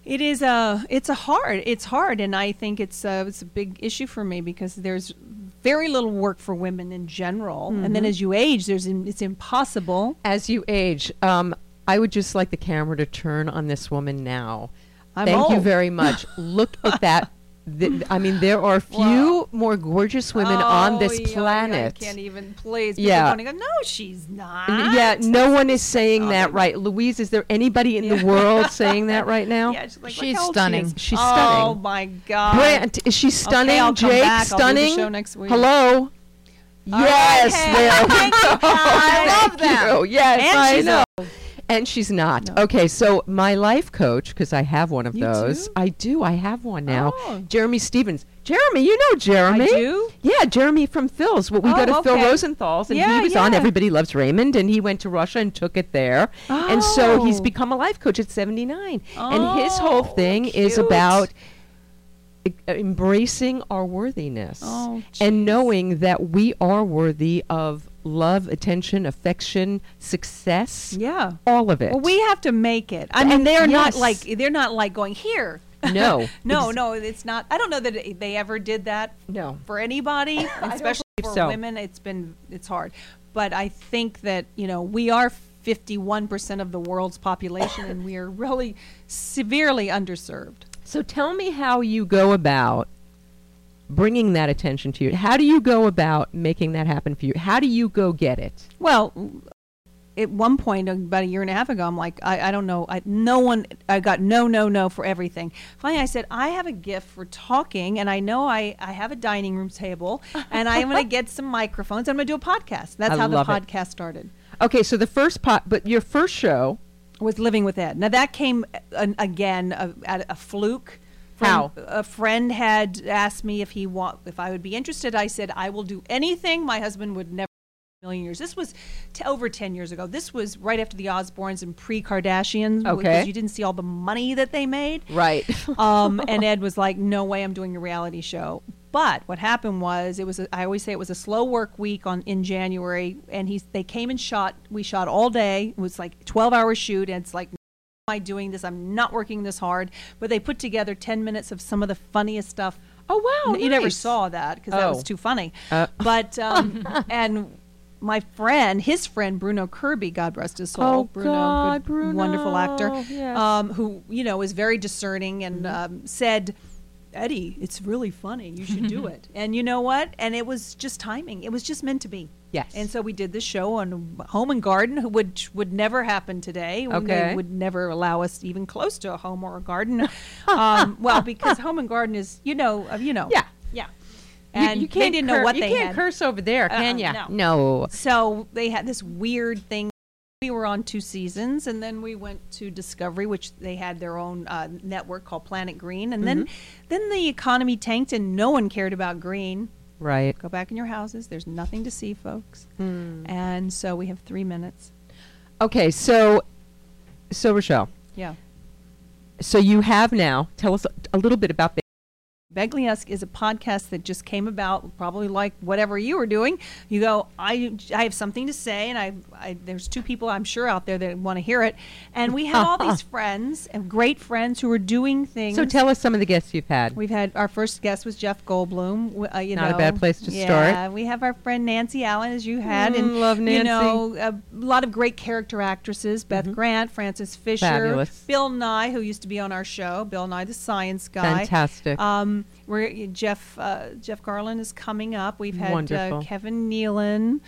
[SPEAKER 15] it is a it's a hard it's hard, and I think it's a, it's a big issue for me because there's very little work for women in general, and then
[SPEAKER 10] Mhm.
[SPEAKER 15] as you age, there's im- it's impossible.
[SPEAKER 10] As you age, um, I would just like the camera to turn on this woman now.
[SPEAKER 15] I'm
[SPEAKER 10] Thank you
[SPEAKER 15] old.
[SPEAKER 10] very
[SPEAKER 15] <laughs>
[SPEAKER 10] much. Look at that. Th- I mean, there are few more gorgeous women on
[SPEAKER 15] Oh,
[SPEAKER 10] this
[SPEAKER 15] yeah, yeah,
[SPEAKER 10] planet.
[SPEAKER 15] I can't even please.
[SPEAKER 10] Yeah.
[SPEAKER 15] Yeah. Going to go, no, she's not.
[SPEAKER 10] N- Yeah, no one is saying that right. Louise, is there anybody in the world
[SPEAKER 15] <laughs>
[SPEAKER 10] saying that right now?
[SPEAKER 15] Yeah, she's like, look
[SPEAKER 10] she's
[SPEAKER 15] how old she
[SPEAKER 10] stunning.
[SPEAKER 15] is.
[SPEAKER 10] She's
[SPEAKER 15] Oh
[SPEAKER 10] stunning.
[SPEAKER 15] my god.
[SPEAKER 10] Brant, is she stunning?
[SPEAKER 15] Okay, I'll come
[SPEAKER 10] Jake,
[SPEAKER 15] back. I'll do the
[SPEAKER 10] stunning.
[SPEAKER 15] show next week.
[SPEAKER 10] Hello.
[SPEAKER 15] right,
[SPEAKER 10] yes,
[SPEAKER 15] hey,
[SPEAKER 10] there
[SPEAKER 15] <laughs>
[SPEAKER 10] we
[SPEAKER 15] thank you,
[SPEAKER 10] go.
[SPEAKER 15] guys. I love
[SPEAKER 10] <laughs> Thank
[SPEAKER 15] them.
[SPEAKER 10] you. Yes,
[SPEAKER 15] And
[SPEAKER 10] I
[SPEAKER 15] she's
[SPEAKER 10] know. And she's not. Okay, so my life coach, because I have one of
[SPEAKER 15] You
[SPEAKER 10] those. I do. I have one now.
[SPEAKER 15] Oh.
[SPEAKER 10] Jeremy Stevens. Jeremy, you know Jeremy.
[SPEAKER 15] do?
[SPEAKER 10] Yeah, Jeremy from Phil's. Well, we
[SPEAKER 15] Oh,
[SPEAKER 10] go to Phil
[SPEAKER 15] okay.
[SPEAKER 10] Rosenthal's, and
[SPEAKER 15] Yeah,
[SPEAKER 10] he was on
[SPEAKER 15] yeah.
[SPEAKER 10] Everybody Loves Raymond, and he went to Russia and took it there. And so he's
[SPEAKER 15] Oh.
[SPEAKER 10] become a life coach at 79. and his whole
[SPEAKER 15] Oh,
[SPEAKER 10] thing is
[SPEAKER 15] cute.
[SPEAKER 10] about e- embracing our worthiness
[SPEAKER 15] Oh,
[SPEAKER 10] and knowing that we are worthy of love, attention, affection, success.
[SPEAKER 15] Yeah.
[SPEAKER 10] All of it.
[SPEAKER 15] Well, we have to make it. I mean,
[SPEAKER 10] And-
[SPEAKER 15] they're not
[SPEAKER 10] yes.
[SPEAKER 15] like they're not like going here. <laughs>
[SPEAKER 10] No.
[SPEAKER 15] no,
[SPEAKER 10] Ex-
[SPEAKER 15] no, it's not. I don't know that it- they ever did that.
[SPEAKER 10] No.
[SPEAKER 15] For
[SPEAKER 10] <laughs>
[SPEAKER 15] anybody,
[SPEAKER 10] don't
[SPEAKER 15] especially
[SPEAKER 10] believe
[SPEAKER 15] for
[SPEAKER 10] so.
[SPEAKER 15] women, it's been it's hard. But I think that you know we are. 51% of the world's population and we are really severely underserved.
[SPEAKER 10] So tell me how you go about bringing that attention to you. How do you go about making that happen for you? How do you go get it?
[SPEAKER 15] Well, at one point, about a year and a half ago, I'm like, I, I don't know. I, no one, I got no, no, no for everything. Finally, I said, I have a gift for talking, and I know I, I have a dining room table, and I'm
[SPEAKER 10] <laughs>
[SPEAKER 15] going to get some microphones. I'm going to do a podcast. That's
[SPEAKER 10] I
[SPEAKER 15] how the
[SPEAKER 10] love it.
[SPEAKER 15] podcast started.
[SPEAKER 10] Okay, so the first pot, but your first show.
[SPEAKER 15] Was living with Ed. Now that came uh, an, again a, at a fluke. From-
[SPEAKER 10] How?
[SPEAKER 15] A friend had asked me if he want if I would be interested. I said I will do anything. My husband would never in a million years. This was t- over ten years ago. This was right after the Osbournes and pre-Kardashians. w-
[SPEAKER 10] Okay.
[SPEAKER 15] you didn't see all the money that they made.
[SPEAKER 10] <laughs> Right.
[SPEAKER 15] um, and Ed was like, "No way, I'm doing a reality show." But what happened was, it was a, I always say it was a slow work week on in January, and he's they came and shot. We shot all day. It was like 12 hour shoot, and it's like, "Am I doing this? I'm not working this hard." But they put together 10 minutes of some of the funniest stuff.
[SPEAKER 10] Oh wow!
[SPEAKER 15] you never
[SPEAKER 10] nice.
[SPEAKER 15] saw that because that was
[SPEAKER 10] Oh.
[SPEAKER 15] too funny.
[SPEAKER 10] Uh. <laughs>
[SPEAKER 15] But um, and my friend, his friend Bruno Kirby, God rest his soul,
[SPEAKER 10] Oh,
[SPEAKER 15] Bruno,
[SPEAKER 10] God,
[SPEAKER 15] wonderful actor,
[SPEAKER 10] Bruno, yes. Mm-hmm.
[SPEAKER 15] um, who you know is very discerning and um, said. Eddie, it's really funny. You should
[SPEAKER 10] <laughs>
[SPEAKER 15] do it. And you know what? And it was just timing. It was just meant to be.
[SPEAKER 10] Yes.
[SPEAKER 15] And so we did this show on Home and Garden, who- which would never happen today. They
[SPEAKER 10] Okay.
[SPEAKER 15] would never allow us even close to a home or a garden. <laughs> um, well, because Home and Garden is, you know, uh, you know.
[SPEAKER 10] Yeah.
[SPEAKER 15] Yeah.
[SPEAKER 10] You-
[SPEAKER 15] And
[SPEAKER 10] you
[SPEAKER 15] they
[SPEAKER 10] can't
[SPEAKER 15] didn't
[SPEAKER 10] cur-
[SPEAKER 15] know what
[SPEAKER 10] you
[SPEAKER 15] they
[SPEAKER 10] can't
[SPEAKER 15] had. Uh-uh,
[SPEAKER 10] curse over there, can ya?
[SPEAKER 15] No.
[SPEAKER 10] No.
[SPEAKER 15] So they had this weird thing. We were on two seasons, and then we went to Discovery, which they had their own uh, network called Planet Green, and then
[SPEAKER 10] Mhm.
[SPEAKER 15] then the economy tanked, and no one cared about green.
[SPEAKER 10] Right.
[SPEAKER 15] Go back in your houses. There's nothing to see, folks.
[SPEAKER 10] Hmm.
[SPEAKER 15] And so we have three minutes.
[SPEAKER 10] Okay, so, so Rochelle,
[SPEAKER 15] Yeah.
[SPEAKER 10] so you have now. Tell us a little bit about. Ba-
[SPEAKER 15] Begliesk is a podcast that just came about, probably like whatever you were doing. You go, I, I have something to say, and I, I there's two people I'm sure out there that want to hear it, and we have all
[SPEAKER 10] <laughs>
[SPEAKER 15] these friends and great friends who are doing things.
[SPEAKER 10] So tell us some of the guests you've had.
[SPEAKER 15] We've had our first guest was Jeff Goldblum. w- Uh, you
[SPEAKER 10] Not a
[SPEAKER 15] know.
[SPEAKER 10] bad place to
[SPEAKER 15] yeah,
[SPEAKER 10] start.
[SPEAKER 15] we have our friend Nancy Allen, as you had, and
[SPEAKER 10] Mm, love
[SPEAKER 15] You
[SPEAKER 10] Nancy. Mm-hmm.
[SPEAKER 15] know, a lot of great character actresses: Beth Grant, Frances Fisher,
[SPEAKER 10] Fabulous.
[SPEAKER 15] Bill Nye, who used to be on our show, Bill Nye the Science Guy.
[SPEAKER 10] Fantastic.
[SPEAKER 15] Um, we're, Jeff uh, Jeff Garland is coming up. We've had uh,
[SPEAKER 10] Wonderful.
[SPEAKER 15] Kevin Nealon.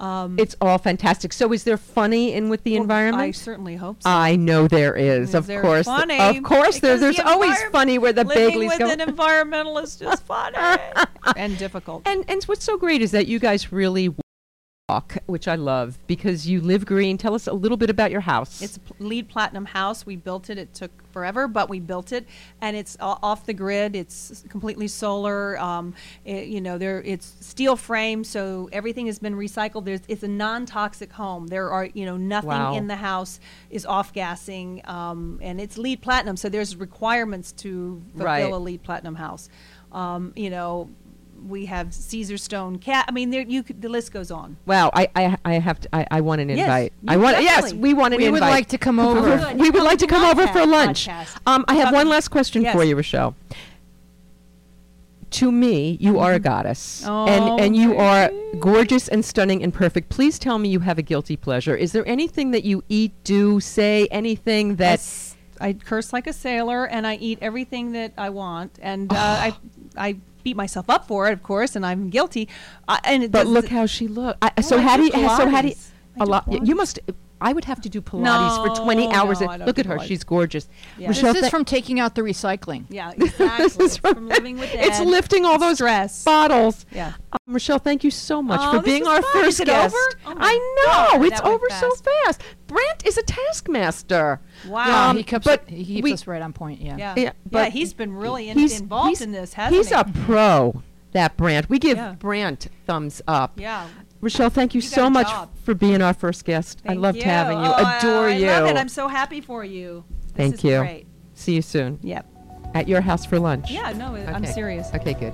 [SPEAKER 15] Um,
[SPEAKER 10] It's all fantastic. So is there funny in with the
[SPEAKER 15] Well,
[SPEAKER 10] environment?
[SPEAKER 15] Oh, I certainly hope so.
[SPEAKER 10] I know there is.
[SPEAKER 15] Is
[SPEAKER 10] Of
[SPEAKER 15] there
[SPEAKER 10] course,
[SPEAKER 15] funny?
[SPEAKER 10] of course, there,
[SPEAKER 15] Because
[SPEAKER 10] there's
[SPEAKER 15] the
[SPEAKER 10] always
[SPEAKER 15] environment-
[SPEAKER 10] funny where the
[SPEAKER 15] living
[SPEAKER 10] Baileys
[SPEAKER 15] with
[SPEAKER 10] go.
[SPEAKER 15] an environmentalist is funny
[SPEAKER 10] <laughs>
[SPEAKER 15] and difficult.
[SPEAKER 10] And and what's so great is that you guys really walk, which I love because you live green. Tell us a little bit about your house.
[SPEAKER 15] It's a pl- lead platinum house. We built it. It took forever, but we built it, and it's o- off the grid. It's completely solar. Um, it, you know, there it's steel frame, so everything has been recycled. There's it's a non-toxic home. There are you know nothing
[SPEAKER 10] Wow.
[SPEAKER 15] in the house is off-gassing, um, and it's lead platinum. So there's requirements to fulfill
[SPEAKER 10] Right.
[SPEAKER 15] a lead platinum house. Um, you know, we have Caesar stone cat. I mean, there you could, the list goes on.
[SPEAKER 10] Wow, I, I, I have to, I, I want an
[SPEAKER 15] Yes,
[SPEAKER 10] invite. I
[SPEAKER 15] you
[SPEAKER 10] want yes,
[SPEAKER 15] definitely.
[SPEAKER 10] we want an
[SPEAKER 15] We
[SPEAKER 10] invite.
[SPEAKER 15] would like to come
[SPEAKER 10] We
[SPEAKER 15] over. <laughs>
[SPEAKER 10] would- We would like to come over for lunch.
[SPEAKER 15] podcast.
[SPEAKER 10] Um, I have one last question for
[SPEAKER 15] Yes.
[SPEAKER 10] you, Rochelle. To me, you are a goddess,
[SPEAKER 15] Oh,
[SPEAKER 10] and and you are gorgeous and stunning and perfect. Please tell me you have a guilty pleasure. Is there anything that you eat, do, say, anything that?
[SPEAKER 15] Yes, I curse like a sailor, and I eat everything that I want, and uh,
[SPEAKER 10] <sighs>
[SPEAKER 15] I I beat myself up for it, of course, and I'm guilty. Uh, and it
[SPEAKER 10] But
[SPEAKER 15] does-
[SPEAKER 10] look how she looked. I,
[SPEAKER 15] Oh,
[SPEAKER 10] so
[SPEAKER 15] I
[SPEAKER 10] how do you?
[SPEAKER 15] do
[SPEAKER 10] So how do you?
[SPEAKER 15] Pilates.
[SPEAKER 10] A lot. You must. I would have to do Pilates for 20
[SPEAKER 9] No,
[SPEAKER 10] hours.
[SPEAKER 9] no,
[SPEAKER 10] a-
[SPEAKER 9] I don't
[SPEAKER 10] look
[SPEAKER 9] do
[SPEAKER 10] at her.
[SPEAKER 9] Pilates.
[SPEAKER 10] She's gorgeous.
[SPEAKER 9] Yeah.
[SPEAKER 10] Rochelle,
[SPEAKER 9] this is
[SPEAKER 10] thank-
[SPEAKER 9] from taking out the recycling.
[SPEAKER 15] <laughs> Yeah,
[SPEAKER 10] <laughs>
[SPEAKER 15] exactly.
[SPEAKER 10] It's from
[SPEAKER 15] living with
[SPEAKER 10] It's
[SPEAKER 15] Ed.
[SPEAKER 10] lifting all those bottles.
[SPEAKER 15] Yeah.
[SPEAKER 10] Um, Rochelle, thank you so much
[SPEAKER 15] Oh,
[SPEAKER 10] for
[SPEAKER 15] this
[SPEAKER 10] being
[SPEAKER 15] was
[SPEAKER 10] our
[SPEAKER 15] fun.
[SPEAKER 10] first
[SPEAKER 15] Is it
[SPEAKER 10] guest.
[SPEAKER 15] over? Oh my
[SPEAKER 10] I know
[SPEAKER 15] God,
[SPEAKER 10] it's
[SPEAKER 15] that went
[SPEAKER 10] over so fast. Brent is a taskmaster.
[SPEAKER 15] Wow.
[SPEAKER 9] Yeah,
[SPEAKER 10] Um,
[SPEAKER 9] he keeps
[SPEAKER 10] but
[SPEAKER 9] he keeps
[SPEAKER 10] we-
[SPEAKER 9] us right on point. Yeah.
[SPEAKER 15] yeah,
[SPEAKER 10] yeah,
[SPEAKER 15] yeah,
[SPEAKER 10] but
[SPEAKER 15] he's been really in,
[SPEAKER 10] he's-
[SPEAKER 15] involved
[SPEAKER 10] he's-
[SPEAKER 15] in this, hasn't
[SPEAKER 10] He's
[SPEAKER 15] he?
[SPEAKER 10] a pro. That Brant. We give
[SPEAKER 15] Yeah.
[SPEAKER 10] Brant thumbs up.
[SPEAKER 15] Yeah.
[SPEAKER 10] Rochelle, thank you,
[SPEAKER 15] You got
[SPEAKER 10] so
[SPEAKER 15] a
[SPEAKER 10] much
[SPEAKER 15] job.
[SPEAKER 10] for being our first guest. I
[SPEAKER 15] Thank
[SPEAKER 10] loved
[SPEAKER 15] you.
[SPEAKER 10] having you.
[SPEAKER 15] Oh, I-
[SPEAKER 10] Adore
[SPEAKER 15] I
[SPEAKER 10] you.
[SPEAKER 15] love it. I'm so happy for you. This
[SPEAKER 10] Thank
[SPEAKER 15] is
[SPEAKER 10] you.
[SPEAKER 15] Great.
[SPEAKER 10] See you soon.
[SPEAKER 15] Yep.
[SPEAKER 10] At your house for lunch.
[SPEAKER 15] Yeah, no, it- I'm
[SPEAKER 10] Okay.
[SPEAKER 15] serious.
[SPEAKER 10] Okay, good.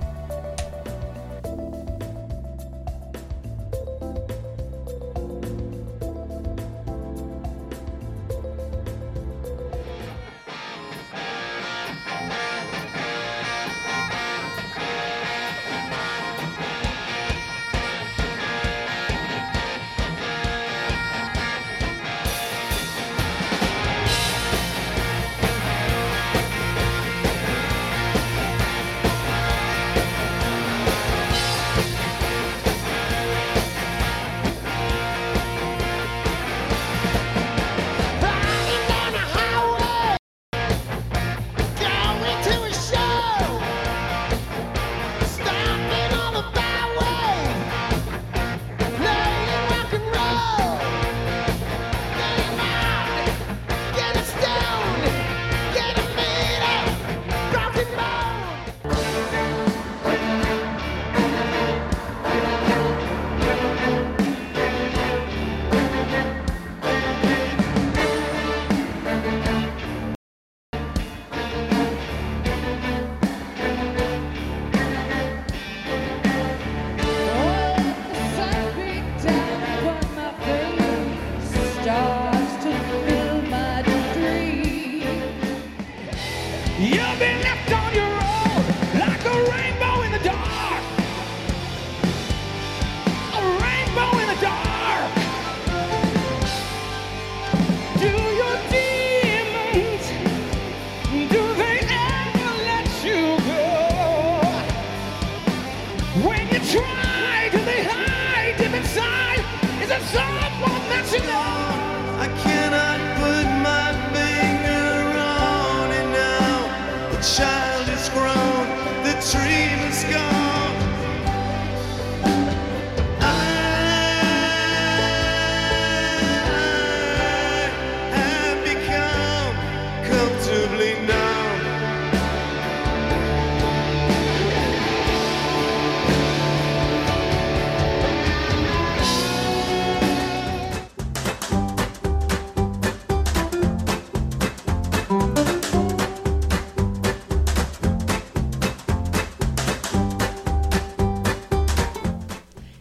[SPEAKER 8] You've been left on your own like a rainbow in the dark. A rainbow in the dark. Do your demons, do they ever let you go? When you try, do they hide deep inside? Is it someone that you know? I cannot put my finger on it now. The child is grown, the dream is gone. I have become comfortably numb.
[SPEAKER 2] Thank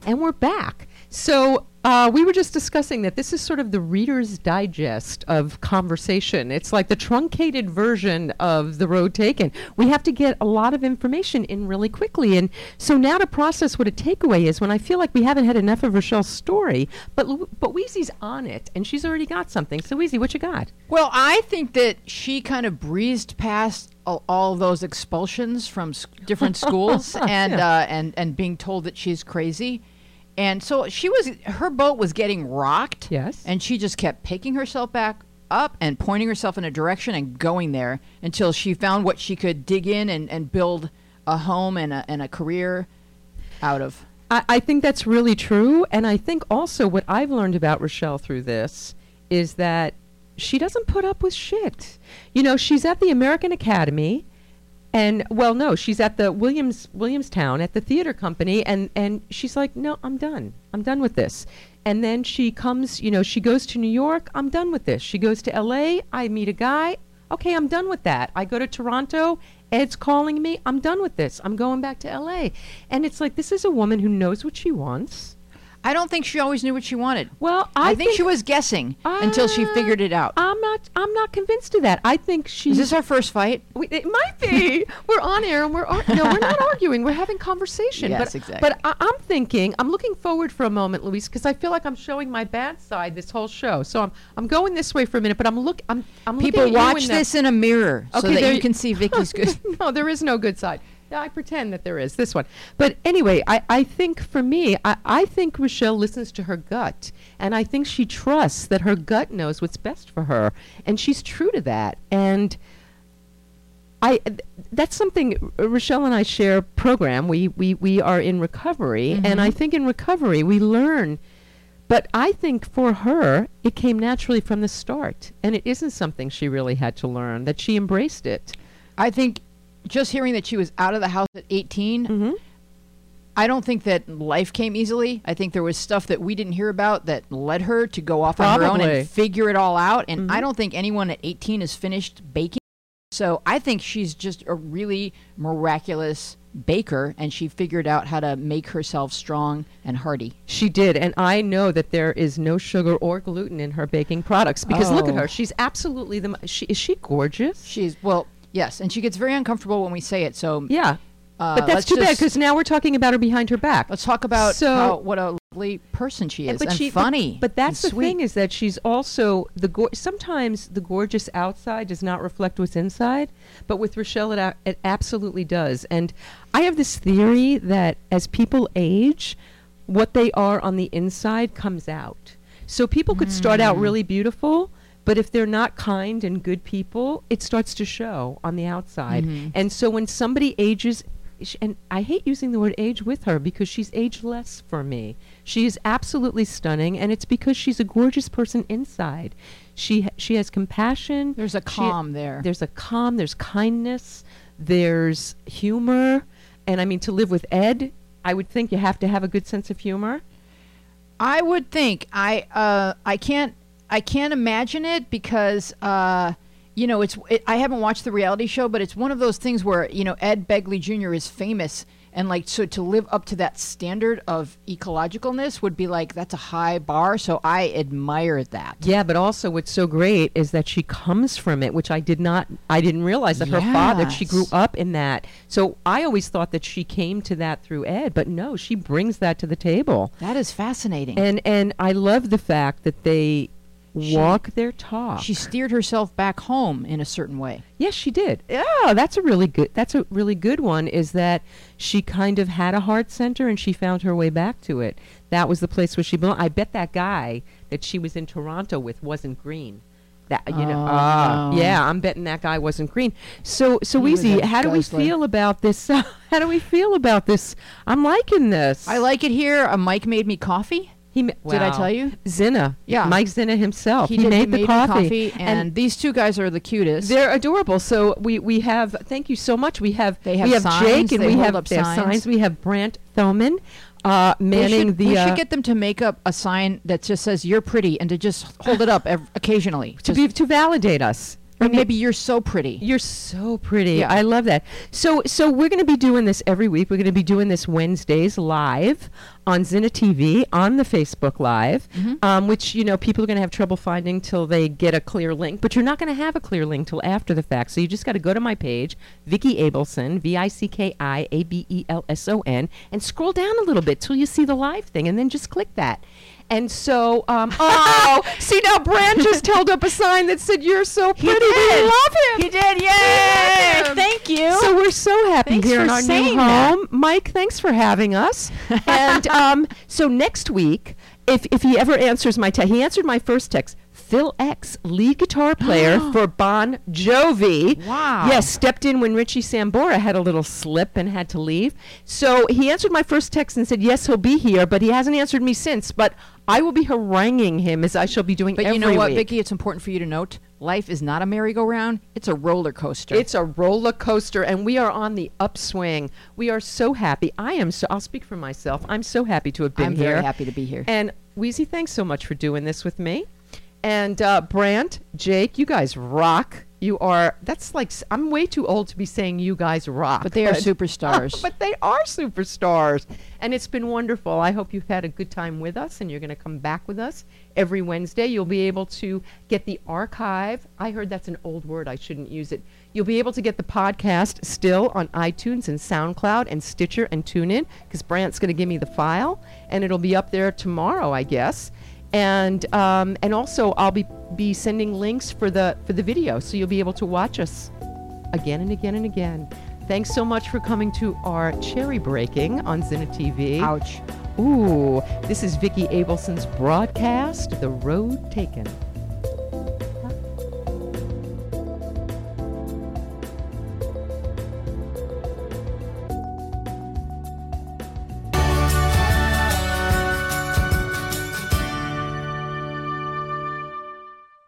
[SPEAKER 10] And we're back. So uh, we were just discussing that this is sort of the Reader's Digest of conversation. It's like the truncated version of The Road Taken. We have to get a lot of information in really quickly. And so now to process what a takeaway is, when I feel like we haven't had enough of Rochelle's story, but, Lu- but Wheezy's on it, and she's already got something. So Wheezy, what you got?
[SPEAKER 9] Well, I think that she kind of breezed past all, all those expulsions from s- <laughs> different schools and
[SPEAKER 10] Yeah.
[SPEAKER 9] uh, and and being told that she's crazy, and so she was her boat was getting rocked. Yes, and she just kept picking herself back up and pointing herself in a direction and going there until she found what she could dig in and, and build a home and a, and a career out of.
[SPEAKER 10] I, I think that's really true. And I think also what I've learned about Rochelle through this is that she doesn't put up with shit. You know, she's at the American Academy and well no, she's at the Williams Williamstown at the theater company and, and she's like, No, I'm done. I'm done with this. And then she comes, you know, she goes to New York, I'm done with this. She goes to LA, I meet a guy, okay, I'm done with that. I go to Toronto, Ed's calling me, I'm done with this. I'm going back to LA. And it's like, this is a woman who knows what she wants.
[SPEAKER 9] I don't think she always knew what she wanted.
[SPEAKER 10] Well,
[SPEAKER 9] I, think, she was guessing until she figured it out.
[SPEAKER 10] I'm not. I'm not convinced of that. I think she.
[SPEAKER 9] Is this our first fight?
[SPEAKER 10] We, it might
[SPEAKER 9] <laughs>
[SPEAKER 10] be. we're on air and we're ar- no, we're not arguing. We're having conversation.
[SPEAKER 9] Yes,
[SPEAKER 10] but,
[SPEAKER 9] exactly.
[SPEAKER 10] But I, I'm thinking. I'm looking forward for a moment, Luis, because I feel like I'm showing my bad side this whole show. So I'm I'm going this way for a minute, but I'm look. I'm I'm looking at
[SPEAKER 9] People
[SPEAKER 10] you
[SPEAKER 9] watch
[SPEAKER 10] in the-
[SPEAKER 9] this in a mirror so that
[SPEAKER 10] there
[SPEAKER 9] you can see
[SPEAKER 10] <laughs>
[SPEAKER 9] Vicky's good.
[SPEAKER 10] no, there is no good side. No, I pretend that there is this one. But anyway, I, I think for me, I, I think Rochelle listens to her gut. And I think she trusts that her gut knows what's best for her. And she's true to that. And I th- that's something R- Rochelle and I share a program. We we we are in recovery
[SPEAKER 9] Mm-hmm.
[SPEAKER 10] and I
[SPEAKER 2] Mhm.
[SPEAKER 10] think in recovery we learn but I think for her it came naturally from the start and it isn't something she really had to learn that she embraced it.
[SPEAKER 9] I think just hearing that she was out of the house at 18,
[SPEAKER 10] Mm-hmm.
[SPEAKER 9] I don't think that life came easily. I think there was stuff that we didn't hear about that led her to go off on her own
[SPEAKER 10] Probably. Mm-hmm.
[SPEAKER 9] and figure it all out. And I don't think anyone at 18 is finished baking. So I think she's just a really miraculous baker and she figured out how to make herself strong and hearty.
[SPEAKER 10] She did, and I know that there is no sugar or gluten in her baking products because look at
[SPEAKER 9] Oh.
[SPEAKER 10] her; she's absolutely the. mo- She is she gorgeous?
[SPEAKER 9] She's well, yes, and she gets very uncomfortable when we say it. So
[SPEAKER 10] yeah,
[SPEAKER 9] uh,
[SPEAKER 10] but that's
[SPEAKER 9] let's
[SPEAKER 10] too bad
[SPEAKER 9] just
[SPEAKER 10] because now we're talking about her behind her back.
[SPEAKER 9] Let's talk about
[SPEAKER 10] so.
[SPEAKER 9] how, what a lovely person she
[SPEAKER 10] and-
[SPEAKER 9] is,
[SPEAKER 10] but
[SPEAKER 9] and
[SPEAKER 10] she, but-
[SPEAKER 9] funny.
[SPEAKER 10] but, that's the thing is that she's also the gor sometimes the gorgeous outside does not reflect what's inside, but with Rochelle it, a- it absolutely does. And I have this theory that as people age, what they are on the inside comes out. So people could start out
[SPEAKER 9] Mm.
[SPEAKER 10] really beautiful, but if they're not kind and good people, it starts to show on the outside.
[SPEAKER 9] Mhm.
[SPEAKER 10] And so when somebody ages, sh- and I hate using the word age with her because she's ageless for me. She is absolutely stunning, and it's because she's a gorgeous person inside. She ha- she has compassion. There's a
[SPEAKER 9] calm there.
[SPEAKER 10] There's a calm. There's kindness. There's humor, and I mean to live with Ed, I would think you have to have a good sense of humor.
[SPEAKER 9] I would think I uh, I can't I can't imagine it because uh, you know it's it, I haven't watched the reality show, but it's one of those things where you know Ed Begley Jr. is famous, and like so to live up to that standard of ecologicalness would be like that's a high bar. So I admire that.
[SPEAKER 10] Yeah, but also what's so great is that she comes from it, which I did not, I didn't realize that her father, that she grew
[SPEAKER 9] Yes.
[SPEAKER 10] up in that. So I always thought that she came to that through Ed, but no, she brings that to the table.
[SPEAKER 9] That is fascinating.
[SPEAKER 10] And and I love the fact that they
[SPEAKER 9] She-
[SPEAKER 10] walk their talk.
[SPEAKER 9] She steered herself back home in a certain way.
[SPEAKER 10] Yes, she did. Yeah, that's a really good. That's a really good one. Is that she kind of had a heart center and she found her way back to it. That was the place where she belonged. I bet that guy that she was in Toronto with wasn't green. That you know.
[SPEAKER 9] Oh,
[SPEAKER 10] ah,
[SPEAKER 9] no.
[SPEAKER 10] yeah, I'm betting that guy wasn't green. So so
[SPEAKER 9] He was
[SPEAKER 10] easy.
[SPEAKER 9] a
[SPEAKER 10] How do we
[SPEAKER 9] guzzler.
[SPEAKER 10] feel about this? <laughs> how do we feel about this? I'm liking this.
[SPEAKER 9] I like it here. Uh, Mike made me coffee.
[SPEAKER 10] He
[SPEAKER 9] did I
[SPEAKER 10] Wow.
[SPEAKER 9] tell you?
[SPEAKER 10] Zinna.
[SPEAKER 9] Yeah.
[SPEAKER 10] Mike Zinna himself. He,
[SPEAKER 9] did-
[SPEAKER 10] Oh, made, the
[SPEAKER 9] me
[SPEAKER 10] coffee.
[SPEAKER 9] and, these two guys are the cutest.
[SPEAKER 10] They're adorable. So we, we have thank you so much. We have
[SPEAKER 9] They have
[SPEAKER 10] we have
[SPEAKER 9] signs,
[SPEAKER 10] Jake and
[SPEAKER 9] they
[SPEAKER 10] we
[SPEAKER 9] hold
[SPEAKER 10] have
[SPEAKER 9] up
[SPEAKER 10] their
[SPEAKER 9] signs.
[SPEAKER 10] We have Brant Thoman uh, manning
[SPEAKER 9] we should,
[SPEAKER 10] the.
[SPEAKER 9] we
[SPEAKER 10] uh,
[SPEAKER 9] should get them to make up a sign that just says "You're pretty" and to just hold it up ev- occasionally.
[SPEAKER 10] to be to validate us.
[SPEAKER 9] Or maybe you're so pretty.
[SPEAKER 10] You're so pretty. I love that. So so we're going to be doing this every week. We're going to be doing this Wednesdays live on Zina TV on the Facebook Live, um, which you know people are going to have trouble finding till they get a clear link. But you're not going to have a clear link till after the fact. So you just got to go to my page, Vicky Abelson, V I C K I A B E L S O N, and scroll down a little bit till you see the live thing, and then just click that. And so, um, oh, see now, Brand just held up a sign that said, "You're so pretty. We love him.
[SPEAKER 2] He did, yay! Thank you.
[SPEAKER 10] So we're so happy
[SPEAKER 2] Thanks
[SPEAKER 10] here in
[SPEAKER 2] for
[SPEAKER 10] our new
[SPEAKER 2] saying that.
[SPEAKER 10] home. Mike, thanks for
[SPEAKER 9] <laughs>
[SPEAKER 10] having us. and um, so next week, if, if he ever answers my text, he answered my first text. Phil X, lead
[SPEAKER 9] <gasps>
[SPEAKER 10] guitar player for Bon Jovi.
[SPEAKER 9] Wow.
[SPEAKER 10] Yes, stepped in when Richie Sambora had a little slip and had to leave. So he answered my first text and said, Yes, he'll be here, but he hasn't answered me since. But I will be haranguing him as I shall be doing
[SPEAKER 9] But
[SPEAKER 10] every
[SPEAKER 9] you know what,
[SPEAKER 10] week.
[SPEAKER 9] Vicki? It's important for you to note life is not a merry-go-round, it's a roller coaster.
[SPEAKER 10] It's a roller coaster, and we are on the upswing. We are so happy. I am so. I'll speak for myself. I'm so happy to have been
[SPEAKER 9] I'm
[SPEAKER 10] here.
[SPEAKER 9] very happy to be here.
[SPEAKER 10] And Wheezy, thanks so much for doing this with me. And uh, Brant, Jake, you guys rock. You are. That's like s- I'm way too old to be saying you guys rock.
[SPEAKER 9] But
[SPEAKER 10] <laughs>
[SPEAKER 9] they are superstars.
[SPEAKER 10] but they are superstars, and it's been wonderful. I hope you've had a good time with us, and you're going to come back with us every Wednesday. You'll be able to get the archive. I heard that's an old word. I shouldn't use it. You'll be able to get the podcast still on iTunes and SoundCloud and Stitcher and TuneIn because Brant's going to give me the file, and it'll be up there tomorrow, I guess. And um, and also I'll be be sending links for the for the video, so you'll be able to watch us again and again and again. Thanks so much for coming to our cherry breaking on Zina TV. Ouch. Ooh, this is Vicki Abelson's broadcast, The Road Taken.